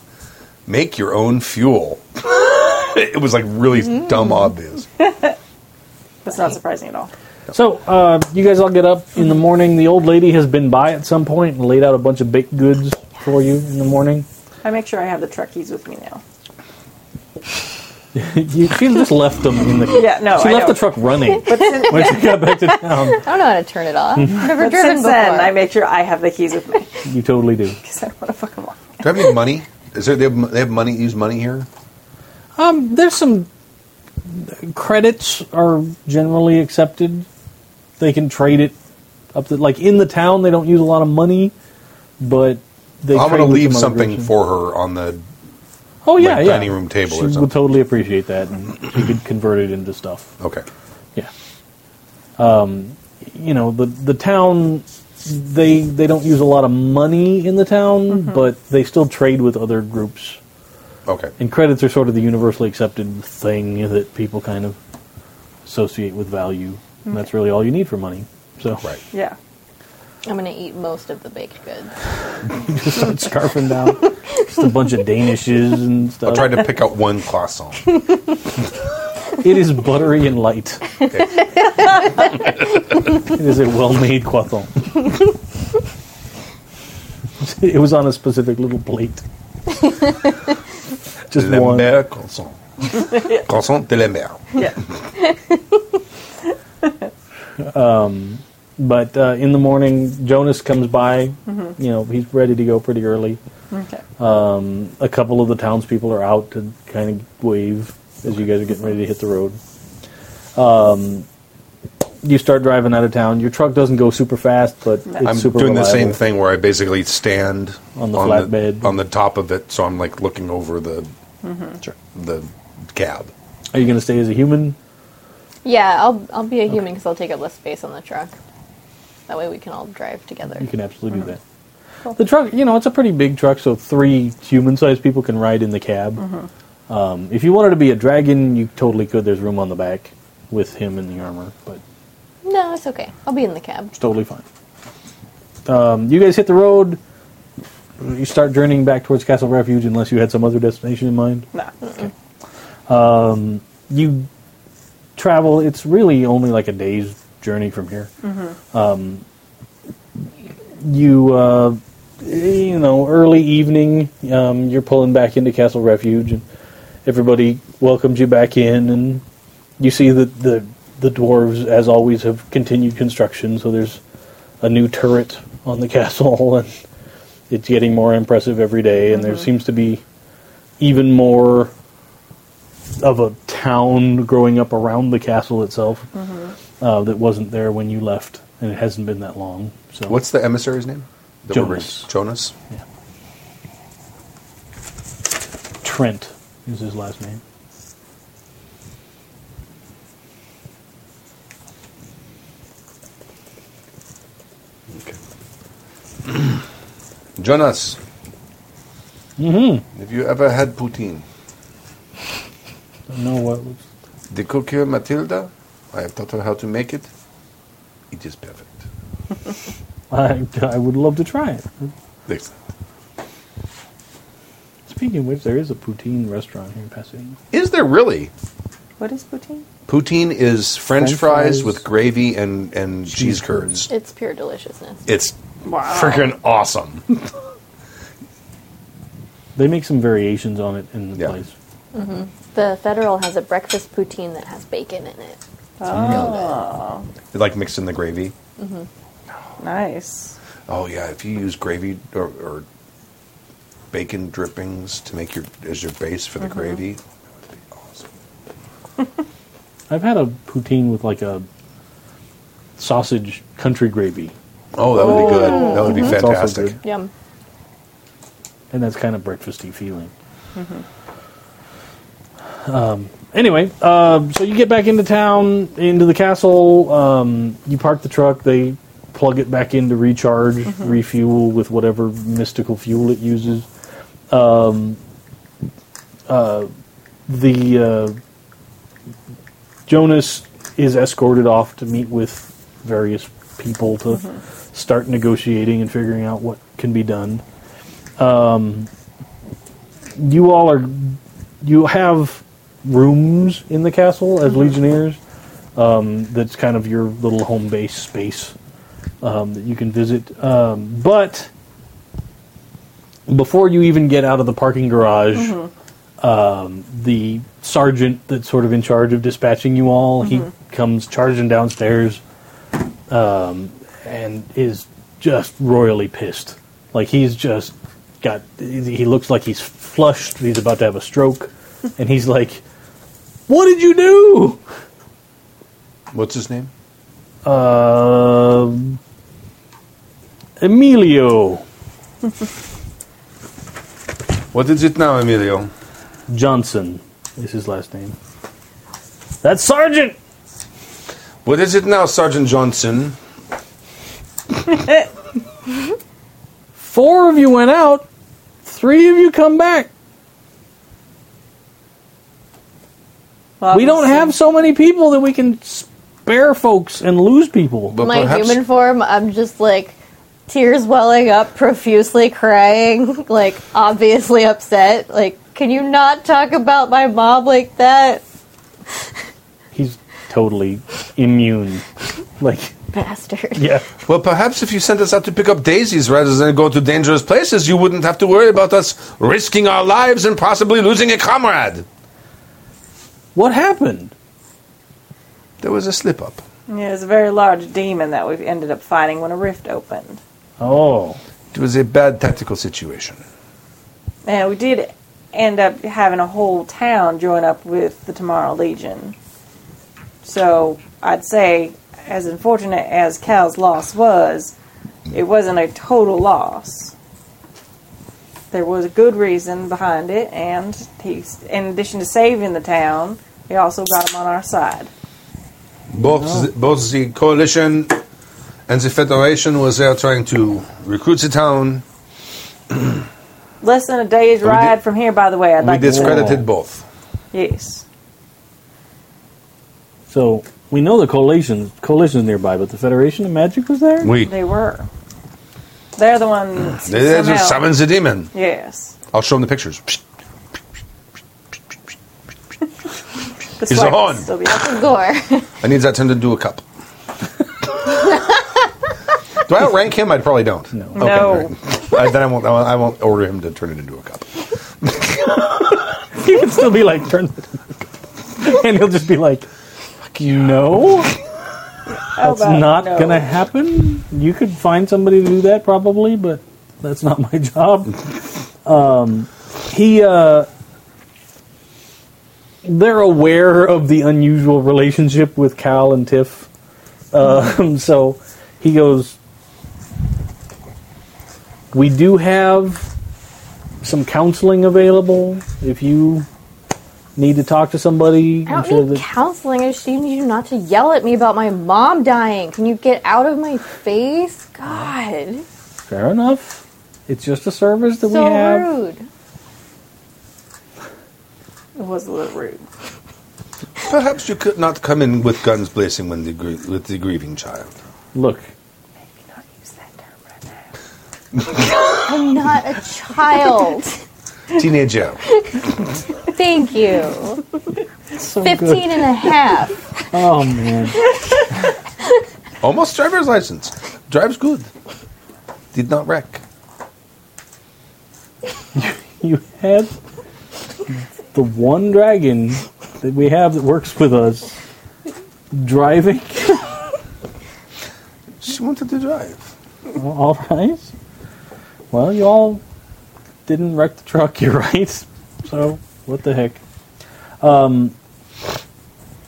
S3: make your own fuel. it was like really dumb obvious.
S5: That's not surprising at all.
S2: So uh, you guys all get up in the morning. The old lady has been by at some point and laid out a bunch of baked goods for you in the morning.
S5: I make sure I have the truck keys with me now.
S2: you, she just left them in the.
S5: Yeah, no,
S2: she
S5: I
S2: left
S5: know.
S2: the truck running
S5: But since,
S2: when she got back to town.
S4: I don't know how to turn it off. I've never
S5: but
S4: driven
S5: since
S4: before.
S5: then, I make sure I have the keys with me
S2: You totally do.
S5: because I don't want to fuck them off.
S3: Do I have any money? Is there they have, they have money? Use money here?
S2: Um, there's some credits are generally accepted. They can trade it up the like in the town. They don't use a lot of money, but they.
S3: I'm
S2: trade
S3: going to
S2: with
S3: leave
S2: some other
S3: something
S2: groups.
S3: for her on the.
S2: Oh yeah,
S3: like,
S2: yeah.
S3: dining room table or
S2: She
S3: something.
S2: would totally appreciate that, and she could convert it into stuff.
S3: Okay,
S2: Yeah. Um, you know the the town they they don't use a lot of money in the town, but they still trade with other groups.
S3: okay.
S2: And credits are sort of the universally accepted thing that people kind of associate with value. And that's really all you need for money. So
S3: Right.
S5: Yeah.
S4: I'm gonna eat most of the baked goods.
S2: you just start scarfing down just a bunch of Danishes and
S3: I'll
S2: stuff.
S3: try to pick out one croissant.
S2: It is buttery and light.
S3: Okay.
S2: It is a well-made croissant. it was on a specific little plate. Just one.
S3: Lambert croissant. croissant de Lambert.
S5: Yeah.
S2: But uh, in the morning, Jonas comes by. You know, he's ready to go pretty early.
S5: Okay.
S2: A couple of the townspeople are out to kind of wave as you guys are getting ready to hit the road. Um, you start driving out of town. Your truck doesn't go super fast, but it's
S3: I'm
S2: super
S3: doing the
S2: reliable.
S3: same thing where I basically stand
S2: On the flatbed.
S3: on the top of it, so I'm like looking over the the cab.
S2: Are you going to stay as a human?
S4: Yeah, I'll I'll be a human because I'll take up less space on the truck. That way we can all drive together.
S2: You can absolutely do that. The truck, you know, it's a pretty big truck, so three human-sized people can ride in the cab. Um, if you wanted to be a dragon, you totally could. There's room on the back with him in the armor, but
S4: No, it's okay. I'll be in the cab.
S2: it's totally fine. Um, you guys hit the road. You start journeying back towards Castle Refuge, unless you had some other destination in mind.
S5: No.
S2: you travel it's really only like a day's journey from here um, you uh, you know early evening um, you're pulling back into castle refuge and everybody welcomes you back in and you see that the the dwarves as always have continued construction so there's a new turret on the castle and it's getting more impressive every day and there seems to be even more of a town growing up around the castle itself uh, that wasn't there when you left, and it hasn't been that long. So
S3: What's the emissary's name? That we're
S2: Jonas.
S3: bringing- Jonas.
S2: Trent is his last name.
S3: Jonas. Mm-hmm.
S2: Mm-hmm.
S3: Have you ever had poutine?
S2: Don't know what was
S3: The cook here, Matilda. I have taught her how to make it. It is perfect.
S2: I, I would love to try it. Speaking of which, there is a poutine restaurant here in Pasadena.
S3: Is there really?
S5: What is poutine?
S3: Poutine is French,
S2: French
S3: fries,
S2: fries.
S3: with gravy and, and cheese, curds.
S4: It's pure deliciousness.
S3: It's
S5: Wow.
S3: freaking awesome.
S2: They make some variations on it in the
S3: Yeah.
S2: place.
S4: The Federal has a breakfast poutine that has bacon in it.
S3: They like mixed in the gravy.
S5: Nice.
S3: Oh yeah, if you use gravy or, or bacon drippings to make your as your base for the gravy, that would be awesome.
S2: I've had a poutine with like a sausage country gravy,
S3: Oh, that would be good. That would be
S2: That's also
S3: fantastic.
S2: good.
S4: Yum.
S2: and that's kind of breakfasty feeling. Um, anyway, uh, so you get back into town, into the castle. Um, you park the truck. They plug it back in to recharge, refuel with whatever mystical fuel it uses. Um, uh, the uh, Jonas is escorted off to meet with various people to start negotiating and figuring out what can be done you all are you have rooms in the castle as legionnaires um, that's kind of your little home base space um, that you can visit um, but before you even get out of the parking garage um, the sergeant that's sort of in charge of dispatching you all he comes charging downstairs and is just royally pissed. Like he's just got. He looks like he's flushed. He's about to have a stroke, and he's like, "What did you do?"
S3: What's his name?
S2: Um Emilio
S3: What is it now, Emilio?
S2: Johnson is his last name. That's sergeant.
S3: What is it now, Sergeant Johnson?
S2: Four of you went out. Three of you come back.
S5: Well,
S2: We don't
S5: obviously-
S2: have so many people that we can spare folks and lose people.
S3: But
S4: My
S3: perhaps-
S4: human form, I'm just like tears welling up, profusely crying, like obviously upset. Like, can you not talk about my mom like that?
S2: He's totally immune. Like,
S4: Bastard.
S2: yeah.
S3: Well, perhaps if you sent us out to pick up daisies rather than go to dangerous places, you wouldn't have to worry about us risking our lives and possibly losing a comrade.
S2: What happened?
S3: There was a slip up.
S5: Yeah, it was a very large demon that we ended up fighting when a rift opened.
S2: Oh,
S3: It was a bad tactical situation.
S5: And we did end up having a whole town join up with the Tomorrow Legion. So I'd say, as unfortunate as Cal's loss was, it wasn't a total loss. There was a good reason behind it, and he, in addition to saving the town, we also got him on our side.
S3: Both the, both the coalition and the federation was there trying to recruit the town.
S5: Less than a day's
S3: We did-
S5: ride from here, by the way. I'd
S3: we
S5: like to say.
S3: discredited both.
S5: Yes.
S2: so we know the coalition coalition's nearby, but the Federation of Magic was there.
S3: We
S5: They were. They're the ones.
S3: they, they
S5: somehow-
S3: just summons the demon.
S5: Yes.
S3: I'll show them the pictures.
S5: The
S3: He's
S5: swipe
S3: on.
S5: still be up.
S4: Gore.
S3: I need that turned into a cup. Do I outrank him? I probably don't. No.
S5: No.
S3: then I won't. I won't order him to turn it into a cup.
S2: He would still be like, turn, and he'll just be like, no,
S5: How
S2: that's
S5: about
S2: not
S5: no?
S2: gonna happen. You could find somebody to do that probably, but that's not my job. um, he, uh, they're aware of the unusual relationship with Cal and Tiff, um, so he goes. We do have some counseling available if you need to talk to somebody.
S4: I don't need counseling. I just need you not to yell at me about my mom dying. Can you get out of my face? God,
S2: Fair enough. It's just a service that
S4: so
S2: we have.
S4: rude.
S5: It was a little rude.
S3: Perhaps you could not come in with guns blazing when the gr- with the grieving child.
S2: Look,
S5: Maybe not use that term right now.
S4: I'm not a child.
S3: Teenager.
S4: Thank you.
S2: so
S4: 15 and a half.
S2: Oh man,
S3: Almost driver's license. Drives good. Did not wreck.
S2: you had the one dragon that we have that works with us driving.
S3: She wanted to drive.
S2: all right. Well, you all didn't wreck the truck. You're right. So what the heck? Um,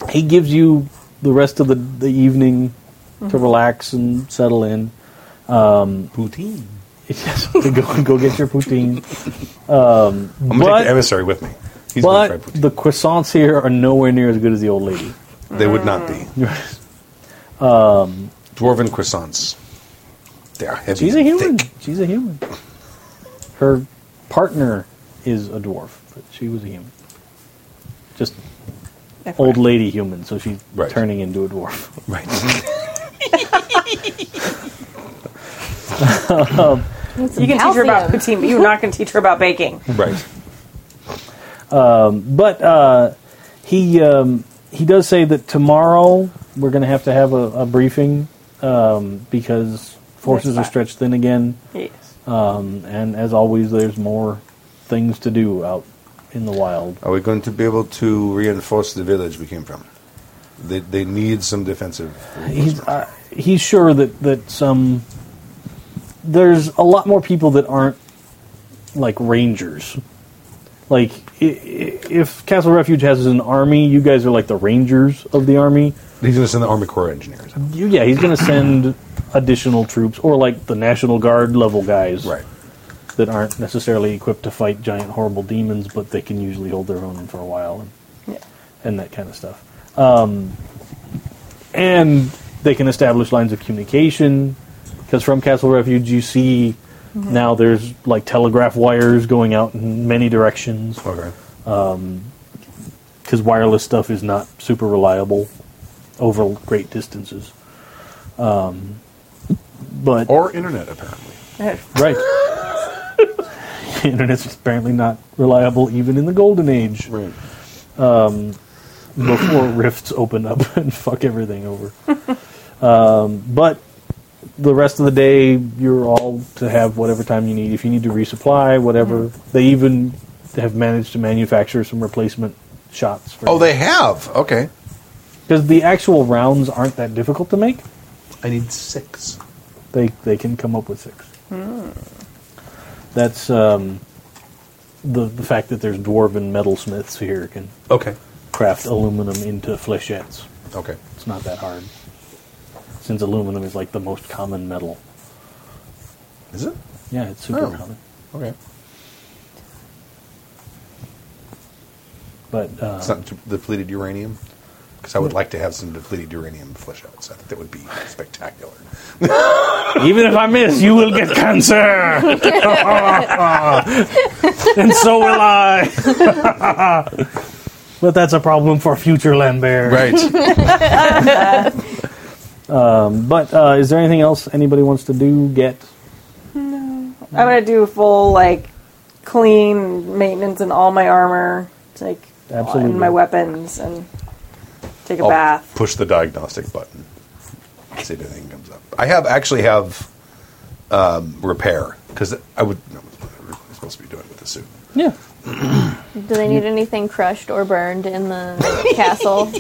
S2: he gives you the rest of the the evening to relax and settle in. Um,
S3: Poutine.
S2: Yes, go go get your poutine.
S3: I'm
S2: gonna take But- the
S3: emissary with me. He's
S2: but the croissants here are nowhere near as good as the old lady.
S3: They would not be. Um, Dwarven croissants. They are heavy.
S2: She's a
S3: and
S2: human.
S3: thick.
S2: She's a human. Her partner is a dwarf, but she was a human. Just old lady human, so she's
S3: Right.
S2: turning into a dwarf.
S3: Right.
S5: You can teach her about
S4: Calcium.
S5: poutine, but you're not going to teach her about baking.
S3: right.
S2: But uh, he um, he does say that tomorrow we're going to have to have a, a briefing um, because forces are
S5: That's fine.
S2: stretched thin again.
S5: Yes.
S2: Um, and as always, there's more things to do out in the wild.
S3: Are we going to be able to reinforce the village we came from? They, they need some defensive.
S2: He's uh, he's sure that that some there's a lot more people that aren't like rangers. Like i- i- if Castle Refuge has an army, you guys are like the rangers of the army.
S3: He's going to send the Army Corps engineers. out.
S2: You, yeah, he's going to send additional troops or like the National Guard level guys
S3: Right.
S2: that aren't necessarily equipped to fight giant horrible demons, but they can usually hold their own for a while and,
S5: Yeah.
S2: and that kind of stuff. Um, and they can establish lines of communication because from Castle Refuge you see now there's like telegraph wires going out in many directions
S3: Okay.
S2: because wireless stuff is not super reliable over great distances. Um, but
S3: Or internet, apparently.
S2: Right. the internet's apparently not reliable even in the golden age
S3: Right.
S2: before rifts open up and fuck everything over. um, but the rest of the day, you're all to have whatever time you need. If you need to resupply, whatever. They even have managed to manufacture some replacement shots. For
S3: Oh, they have. Okay.
S2: because the actual rounds aren't that difficult to make.
S3: I need six.
S2: They they can come up with six. That's um, the the fact that there's dwarven metalsmiths here can
S3: Okay.
S2: craft aluminum into flechettes.
S3: Okay.
S2: It's not that hard, since aluminum is like the most common metal.
S3: Is it?
S2: Yeah, it's super
S3: Oh.
S2: common.
S3: Okay.
S2: But uh,
S3: It's not d- depleted uranium? Because I would like to have some depleted uranium flush outs. I think that would be spectacular.
S2: Even if I miss, you will get cancer. and so will I. but that's a problem for future Lambert.
S3: Right.
S2: But uh, is there anything else anybody wants to do, get?
S5: I'm gonna do a full like clean maintenance in all my armor, like
S2: Absolutely.
S5: and my weapons, and take a
S3: I'll
S5: bath.
S3: push the diagnostic button. See if anything comes up. I have actually have um, repair because I would. No, I'm supposed to be doing it with the suit.
S2: Yeah.
S4: Do they need anything crushed or burned in the castle?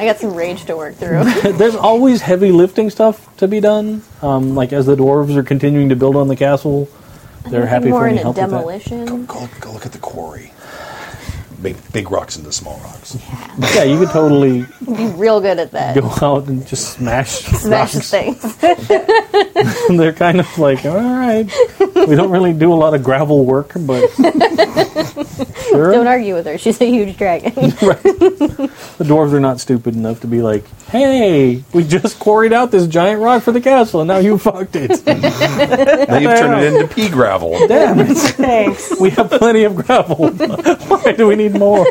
S4: I got some rage to work through.
S2: There's always heavy lifting stuff to be done. Um, like as the dwarves are continuing to build on the castle, they're happy
S4: more
S2: for any
S4: in a
S2: help with that.
S4: demolition.
S3: Go, go look at the quarry. Make big rocks into small rocks.
S2: Yeah, you could totally
S4: Be real good at that.
S2: go out and just smash
S4: Smash
S2: rocks.
S4: things.
S2: And they're kind of like, all right, we don't really do a lot of gravel work, but sure.
S4: Don't argue with her. She's a huge dragon.
S2: the dwarves are not stupid enough to be like, hey, we just quarried out this giant rock for the castle, and now you fucked it.
S3: Now you've turned it into pea gravel.
S2: Damn it,
S5: Thanks.
S2: we have plenty of gravel. Why do we need more?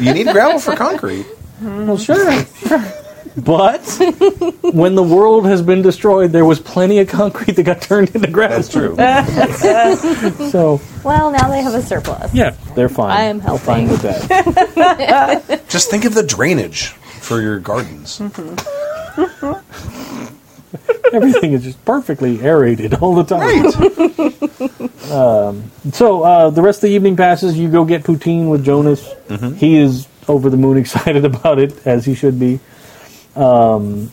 S3: You need gravel for concrete.
S2: Well, sure, sure. But when the world has been destroyed, there was plenty of concrete that got turned into gravel.
S3: That's true.
S2: So
S4: well, now they have a surplus.
S2: yeah, they're fine.
S4: I am
S2: They're fine
S4: helping.
S2: with that.
S3: Just think of the drainage for your gardens.
S2: Everything is just perfectly aerated all the time.
S3: Right.
S2: So uh, the rest of the evening passes. You go get poutine with Jonas. He is over the moon excited about it, as he should be. Um,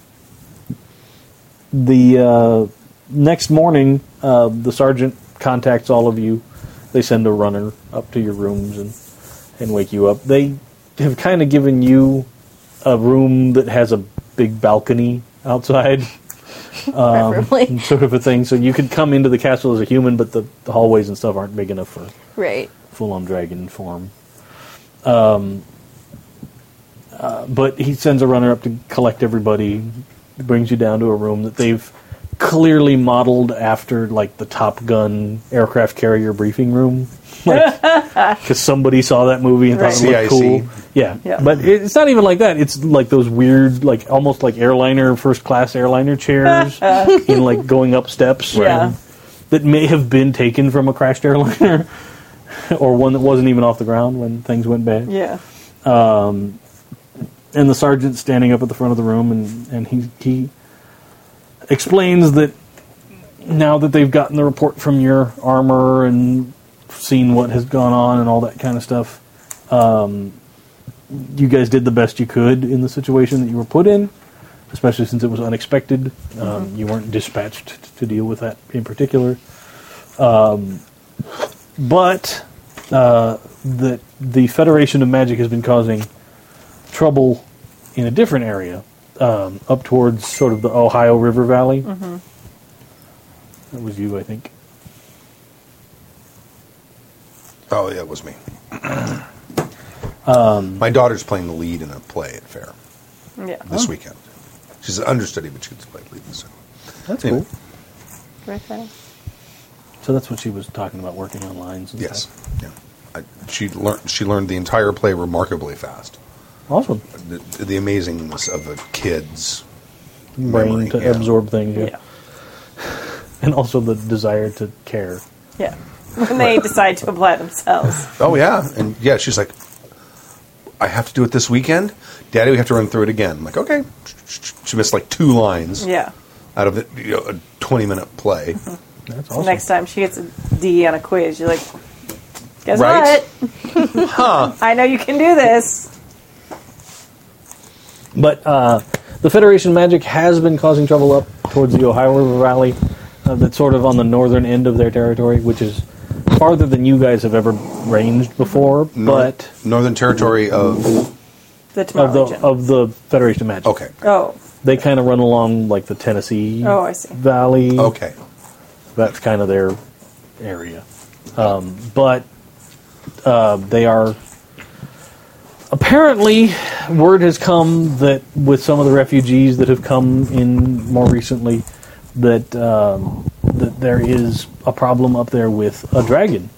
S2: the uh, next morning, uh, the sergeant contacts all of you. They send a runner up to your rooms and and wake you up. They have kind of given you a room that has a big balcony outside Um,
S4: Preferably.
S2: and sort of a thing, so you could come into the castle as a human, but the, the hallways and stuff aren't big enough for
S4: Right.
S2: full on dragon form. Um, uh, but he sends a runner up to collect everybody, brings you down to a room that they've clearly modeled after like the Top Gun aircraft carrier briefing room. Because somebody saw that movie and thought it
S3: Right.
S2: looked
S3: CIC.
S2: cool. Yeah.
S5: Yeah.
S2: but it- it's not even like that. It's like those weird, like almost like airliner first class airliner chairs, in like going up steps
S5: Yeah.
S2: that may have been taken from a crashed airliner or one that wasn't even off the ground when things went bad.
S5: Yeah.
S2: And the sergeant's standing up at the front of the room and, and he, he explains that now that they've gotten the report from your armor and seen what has gone on and all that kind of stuff, um, you guys did the best you could in the situation that you were put in, especially since it was unexpected. Um, you weren't dispatched to deal with that in particular. Um, but uh, that the Federation of Magic has been causing trouble in a different area, um, up towards sort of the Ohio River Valley. That was you, I think.
S3: Oh, yeah, it was me. My daughter's playing the lead in a play at Fair
S5: Yeah.
S3: this weekend. She's an understudy, but she gets to play lead. So.
S2: That's
S3: Anyway.
S2: So that's what she was talking about, working on lines. And
S3: Yes.
S2: stuff.
S3: Yeah. I, she learned. She learned the entire play remarkably fast.
S2: awesome.
S3: The, the amazingness of a kid's
S2: Brain
S3: memory,
S2: to
S3: yeah.
S2: absorb things, yeah.
S5: Yeah.
S2: and also the desire to care.
S5: Yeah. When they decide to apply themselves.
S3: Oh yeah, and yeah, she's like, I have to do it this weekend, Daddy. We have to run through it again. I'm like, okay. She missed like two lines
S5: Yeah.
S3: out of the, you know, a 20 minute play.
S2: That's awesome.
S5: Next time she gets a D E on a quiz, you're like, guess
S3: Right?
S5: what? I know you can do this.
S2: But uh, the Federation magic has been causing trouble up towards the Ohio River Valley, uh, that's sort of on the northern end of their territory, which is farther than you guys have ever ranged before, but
S3: Northern Territory of
S5: The Tomorrow
S2: of the
S5: Legion.
S2: of the Federation magic.
S3: okay,
S5: oh,
S2: They kind of run along like the Tennessee
S5: Oh, I see.
S2: Valley.
S3: okay.
S2: that's kind of their area. Um, but uh, they are apparently word has come that with some of the refugees that have come in more recently, that um, that there is a problem up there with a dragon.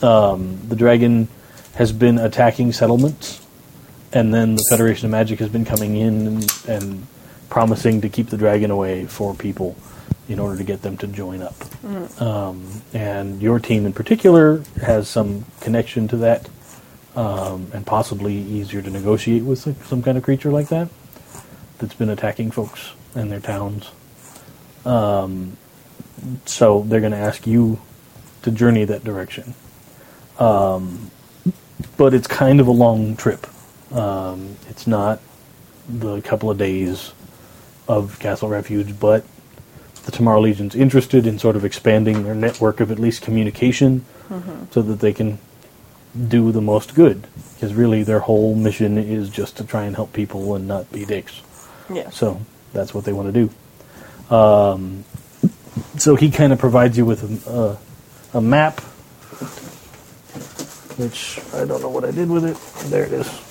S2: Um, the dragon has been attacking settlements, and then the Federation of Magic has been coming in and, and promising to keep the dragon away for people in order to get them to join up. Um, and your team in particular has some connection to that, um, and possibly easier to negotiate with some, some kind of creature like that that's been attacking folks and their towns. Um, so they're going to ask you to journey that direction. Um, but it's kind of a long trip. Um, it's not the couple of days of Castle Refuge, but the Tomorrow Legion's interested in sort of expanding their network of at least communication so that they can do the most good. Because really, their whole mission is just to try and help people and not be dicks.
S5: yeah.
S2: So that's what they want to do. Um, so he kind of provides you with a, a, a map, which I don't know what I did with it. There it is.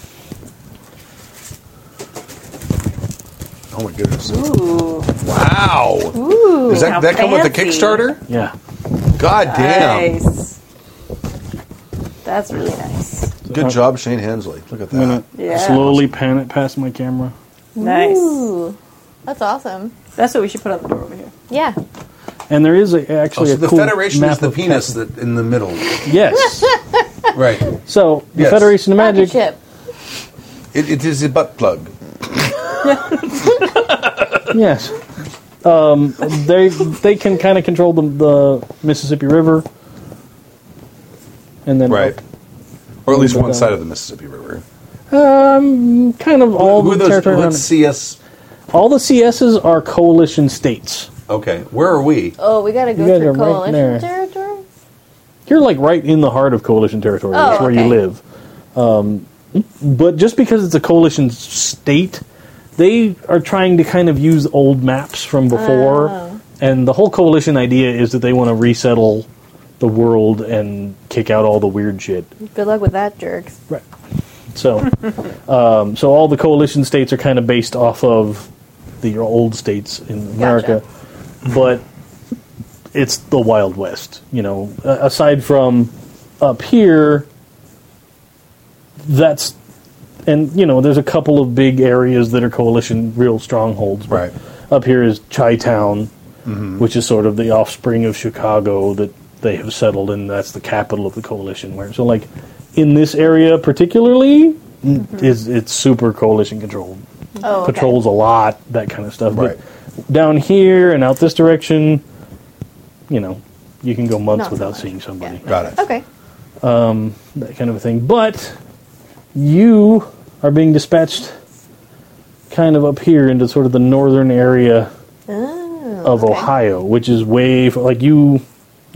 S3: Oh my goodness!
S5: Ooh,
S3: Wow,
S5: ooh.
S3: does
S5: how
S3: that, that come with the
S5: fancy.
S3: Kickstarter?
S2: Yeah.
S3: God damn!
S5: Nice. That's really nice.
S7: Good job, Shane Hensley. Look at that.
S5: Yeah.
S8: Slowly pan it past my camera.
S5: Nice.
S4: Ooh, that's awesome.
S5: That's what we should put on the door over here.
S4: Yeah.
S2: And there is a,
S3: Oh,
S2: actually
S3: so
S2: a
S3: the
S2: cool
S3: Federation
S2: map
S3: is the
S2: of-
S3: penis that in the middle,
S2: Yes.
S3: right?
S2: So the
S3: Yes.
S2: Federation of Magic.
S4: Rocket ship.
S3: It, it is a butt plug.
S2: Yes. Um, they they can kind of control the, the Mississippi River, and then
S3: Right. Or at least
S2: But,
S3: one
S2: uh,
S3: side of the Mississippi River.
S2: um, kind of all
S3: Who are
S2: the
S3: those?
S2: territory. around
S3: Let's see us.
S2: it. All the CSs are coalition states.
S3: Okay, where are we?
S4: Oh, we gotta go
S2: You guys
S4: through
S2: are right
S4: coalition
S2: there.
S4: territory.
S2: You're like right in the heart of coalition territory.
S4: Oh,
S2: that's where you
S4: okay.
S2: live. Um, but just because it's a coalition state, they are trying to kind of use old maps from before.
S4: Oh.
S2: And the whole coalition idea is that they want to resettle the world and kick out all the weird shit.
S4: Good luck with that, jerks.
S2: Right. So, um, so all the coalition states are kind of based off of the old states in America, but it's the Wild West. You know, A- aside from up here, that's and you know, there's a couple of big areas that are coalition real strongholds. but
S3: Right.
S2: Up here is Chi Town, which is sort of the offspring of Chicago that they have settled, and that's the capital of the coalition. Where so, like in this area particularly, n- is it's super coalition controlled.
S4: Mm-hmm. Oh, okay.
S2: Patrols a lot, that kind of stuff.
S3: Right.
S2: But down here and out this direction, you know, you can go months
S4: Not so
S2: without
S4: much.
S2: seeing somebody,
S4: Yeah.
S3: Got it.
S4: Okay.
S2: that kind of a thing. But you are being dispatched kind of up here into sort of the northern area of
S4: Oh, okay.
S2: Ohio, which is way f like you,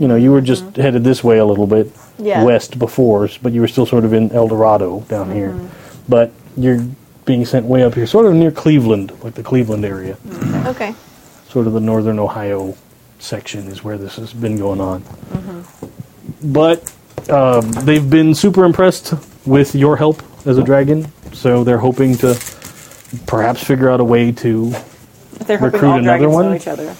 S2: you know, you were just headed this way a little bit
S4: Mm-hmm. Yeah.
S2: west before, s- but you were still sort of in El Dorado down here.
S4: Mm-hmm.
S2: But you're being sent way up here, sort of near Cleveland, like the Cleveland area,
S4: Okay.
S2: sort of the northern Ohio section is where this has been going on. But um, they've been super impressed with your help as a dragon, so they're hoping to perhaps figure out a way to
S5: If they're hoping
S2: Recruit
S5: all
S2: another
S5: dragons
S2: one?
S5: know each other.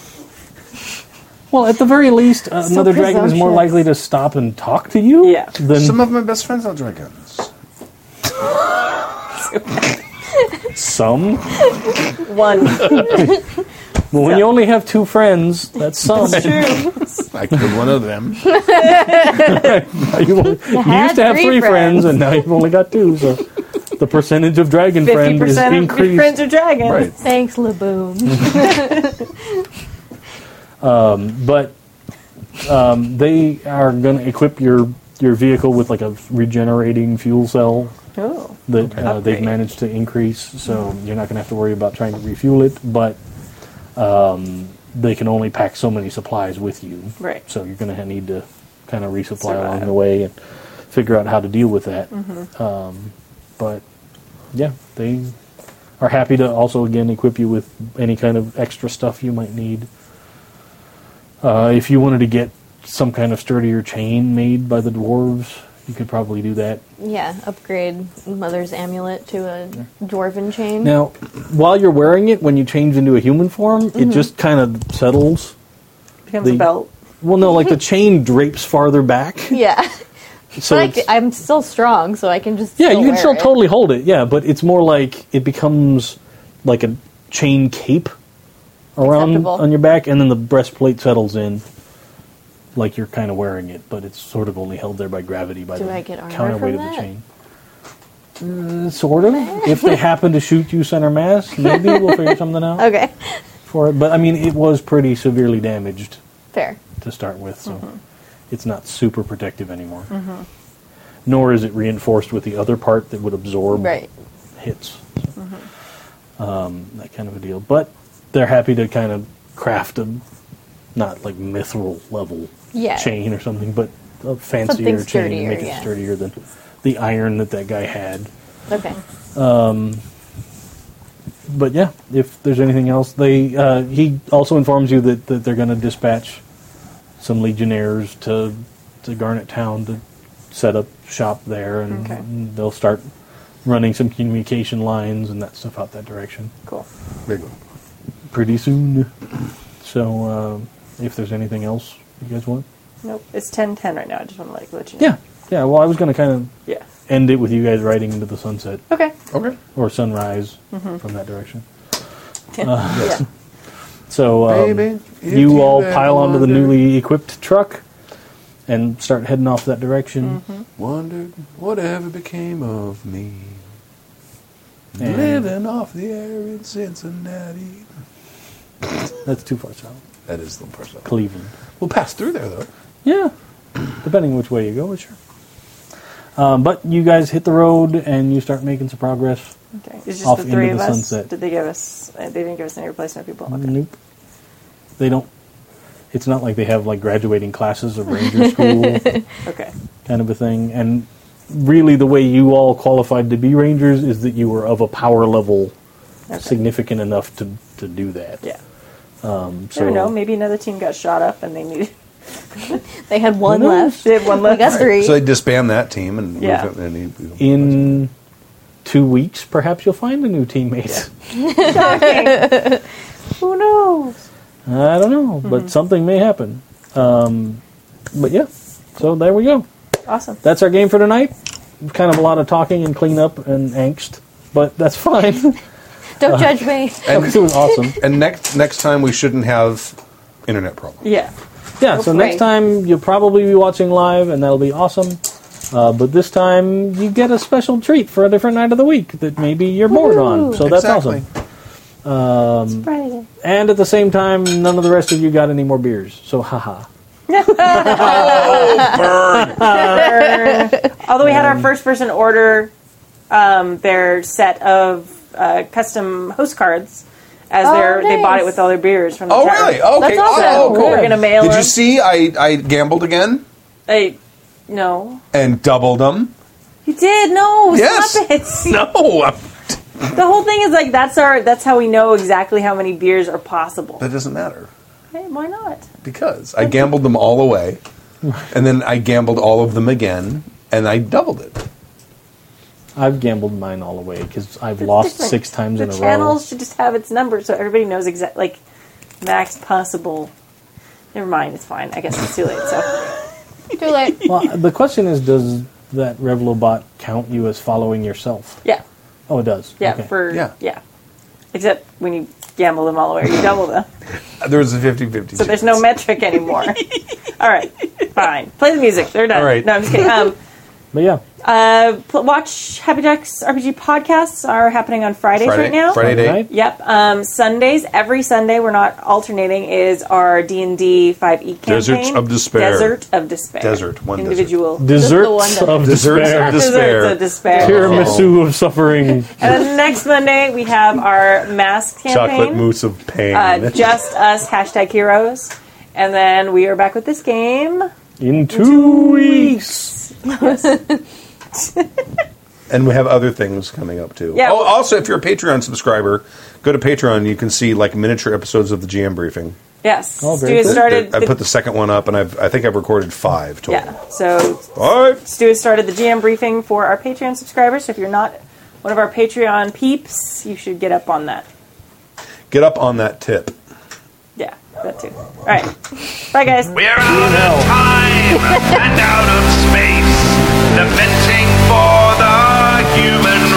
S2: Well, at the very least, uh, another dragon is more
S4: presumptuous.
S2: likely to stop and talk to you.
S5: Yeah.
S2: Than,
S3: Some of my best friends are dragons.
S2: some.
S5: One.
S2: Well, when you only have two friends, that's some.
S7: I killed one of them.
S2: you only- you
S4: had
S2: used to have
S4: three
S2: three friends.
S4: friends.
S2: and now you've only got two. So the percentage of dragon
S5: Fifty
S2: friend is
S5: percent of your
S2: increased.
S5: friends are dragons.
S7: Right.
S4: Thanks, Laboom.
S2: but um, they are going to equip your your vehicle with like a regenerating fuel cell
S5: Oh.
S2: that uh, they've
S5: Upgrade. Mm-hmm.
S2: managed to increase. So you're not going to have to worry about trying to refuel it, but um, they can only pack so many supplies with you.
S5: Right.
S2: So you're going to need to kind of resupply along
S5: Survive. Mm-hmm.
S2: the way and figure out how to deal with that. Um, but yeah, they are happy to also again equip you with any kind of extra stuff you might need. Uh, if you wanted to get some kind of sturdier chain made by the dwarves, you could probably do that.
S4: Yeah, upgrade Mother's amulet to a dwarven chain.
S2: Now, while you're wearing it, when you change into a human form,
S4: Mm-hmm.
S2: it just kind of settles.
S5: Becomes
S2: The-
S5: a belt.
S2: Well, no, like the chain drapes farther back.
S4: Yeah,
S2: So
S4: but Mm-hmm. I
S2: it's-
S4: c- I'm still strong, so I can just
S2: yeah, you can
S4: wear
S2: still
S4: it.
S2: totally hold it. Yeah, but it's more like it becomes like a chain cape around
S4: Acceptable.
S2: on your back, and then the breastplate settles in. Like you're kind of wearing it, but it's sort of only held there by gravity by
S4: Do
S2: the
S4: I get armor
S2: counterweight
S4: from
S2: of the
S4: that?
S2: chain. Uh, sort of. if they happen to shoot you center mass, maybe we'll figure something out.
S4: Okay,
S2: for it. But I mean, it was pretty severely damaged
S4: fair.
S2: to start with, so
S4: Mm-hmm.
S2: it's not super protective anymore. Nor is it reinforced with the other part that would absorb
S4: Right. Mm-hmm.
S2: hits. So, Um, that kind of a deal. But they're happy to kind of craft a not like mithril level
S4: Yeah.
S2: chain or something, but a fancier chain to
S4: sturdier,
S2: make it
S4: yeah.
S2: sturdier than the iron that that guy had.
S4: Okay,
S2: but yeah, if there's anything else, they uh, he also informs you that, that they're going to dispatch some legionnaires to to Garnet Town to set up shop there, and
S5: Okay.
S2: they'll start running some communication lines and that stuff out that direction
S5: Cool.
S3: Big one.
S2: pretty soon. So um if there's anything else you guys want,
S5: Nope. It's ten ten right now. I just want to like let you know.
S2: yeah, yeah. Well, I was going to kind of
S5: Yeah.
S2: end it with you guys riding into the sunset
S5: Okay.
S3: Okay.
S2: or sunrise from that direction.
S5: Yeah.
S2: So um,
S9: Baby, if
S2: you
S9: you
S2: all
S9: ever
S2: pile onto the
S9: wondered-
S2: newly equipped truck and start heading off that direction.
S5: Mm-hmm.
S9: Wondered whatever became of me.
S2: And-
S9: Living off the air in Cincinnati.
S2: That's too far south.
S9: That is the person.
S2: Cleveland.
S9: We'll pass through there though.
S2: Yeah, depending which way you go, but sure. Um, but you guys hit the road and you start making some progress.
S5: Okay. It's just
S2: Off
S5: the
S2: into
S5: three
S2: the
S5: of us.
S2: sunset.
S5: Did they give us? Uh, they didn't give us any replacement people. Okay.
S2: Nope. They don't. It's not like they have like graduating classes of ranger school
S5: Okay.
S2: kind of a thing. And really, the way you all qualified to be rangers is that you were of a power level
S5: Okay.
S2: significant enough to to do that.
S5: Yeah.
S2: So,
S5: I don't know. Maybe another team got shot up and they needed.
S4: they had one
S2: knows?
S4: left.
S5: They had one
S4: We
S5: left.
S4: got three.
S3: So they disband that team and move
S5: Yeah.
S3: it- and you-
S2: in two weeks, perhaps you'll find a new teammate.
S5: Who knows?
S2: I don't know,
S5: Mm-hmm.
S2: but something may happen. Um, but yeah, so there we go.
S5: Awesome.
S2: That's our game for tonight. Kind of a lot of talking and cleanup and angst, but that's fine.
S4: Don't judge me.
S2: it was awesome.
S3: And next next time we shouldn't have internet problems.
S5: Yeah.
S2: Yeah, so next
S4: Right.
S2: time you'll probably be watching live, and that'll be awesome. Uh, but this time you get a special treat for a different night of the week that maybe you're bored on. So that's
S3: Exactly.
S2: awesome. And at the same time, none of the rest of you got any more beers. So haha.
S5: Although we had
S2: Um,
S5: our first person order um, their set of uh, custom host cards as their they bought it
S4: nice.
S5: with all their beers from the
S3: Oh
S5: tavern.
S3: really? Okay.
S5: That's awesome.
S3: Oh, cool.
S5: We're gonna mail
S3: Did you
S5: them.
S3: see? I I gambled again
S5: I, no.
S3: and doubled them.
S5: You did no.
S3: Yes.
S5: Stop it.
S3: No,
S5: The whole thing is like that's our that's how we know exactly how many beers are possible.
S3: that doesn't matter
S5: Hey, why not?
S3: because I gambled them all away, and then I gambled all of them again, and I doubled it.
S2: I've gambled mine all away because I've lost
S5: Different.
S2: six times
S5: the
S2: in a
S5: channel
S2: row.
S5: should just have its number so everybody knows exact like max possible. Never mind, it's fine. I guess it's too late. So
S4: Too late.
S2: well, the question is, does that Revlobot count you as following yourself?
S5: yeah,
S2: Oh, it does.
S5: yeah,
S2: Okay.
S5: for
S3: Yeah.
S5: yeah. Except when you gamble them all away, you double them.
S3: There was a 50-50
S5: So there's no metric anymore. all right, fine. Play the music. They're done.
S3: All right.
S5: No, I'm just kidding. Um,
S8: But yeah,
S5: Uh, pl- watch Happy Jacks RPG podcasts are happening on Fridays
S3: Friday,
S5: right now.
S3: Friday day.
S8: right?
S5: Yep. Um, Sundays, every Sunday, we're not alternating, is our D&D 5e E campaign.
S3: Desert of Despair.
S5: Desert of Despair.
S3: Desert, one desert.
S5: Individual.
S8: Desserts
S4: one that-
S8: of
S3: Desserts
S8: despair.
S3: of Despair.
S5: Desserts of Despair.
S8: Tiramisu of suffering.
S5: And then next Monday, we have our mask campaign.
S10: Chocolate mousse of pain.
S5: Uh, just us, hashtag heroes. And then we are back with this game.
S8: In two weeks.
S10: and we have other things coming up too.
S5: Yeah.
S3: Oh, also, if you're a Patreon subscriber, go to Patreon. You can see like miniature episodes of the GM briefing.
S5: Yes.
S8: Oh, very
S5: Stu has
S8: good.
S5: started.
S3: I
S5: the-
S3: put the second one up, and I've, I think I've recorded five total.
S5: yeah. So
S3: All right.
S5: Stu has started the GM briefing for our Patreon subscribers. So if you're not one of our Patreon peeps, you should get up on that.
S3: Get up on that tip.
S5: Yeah, that too. All right. Bye, guys.
S1: We're out of time and out of space, lamenting for the human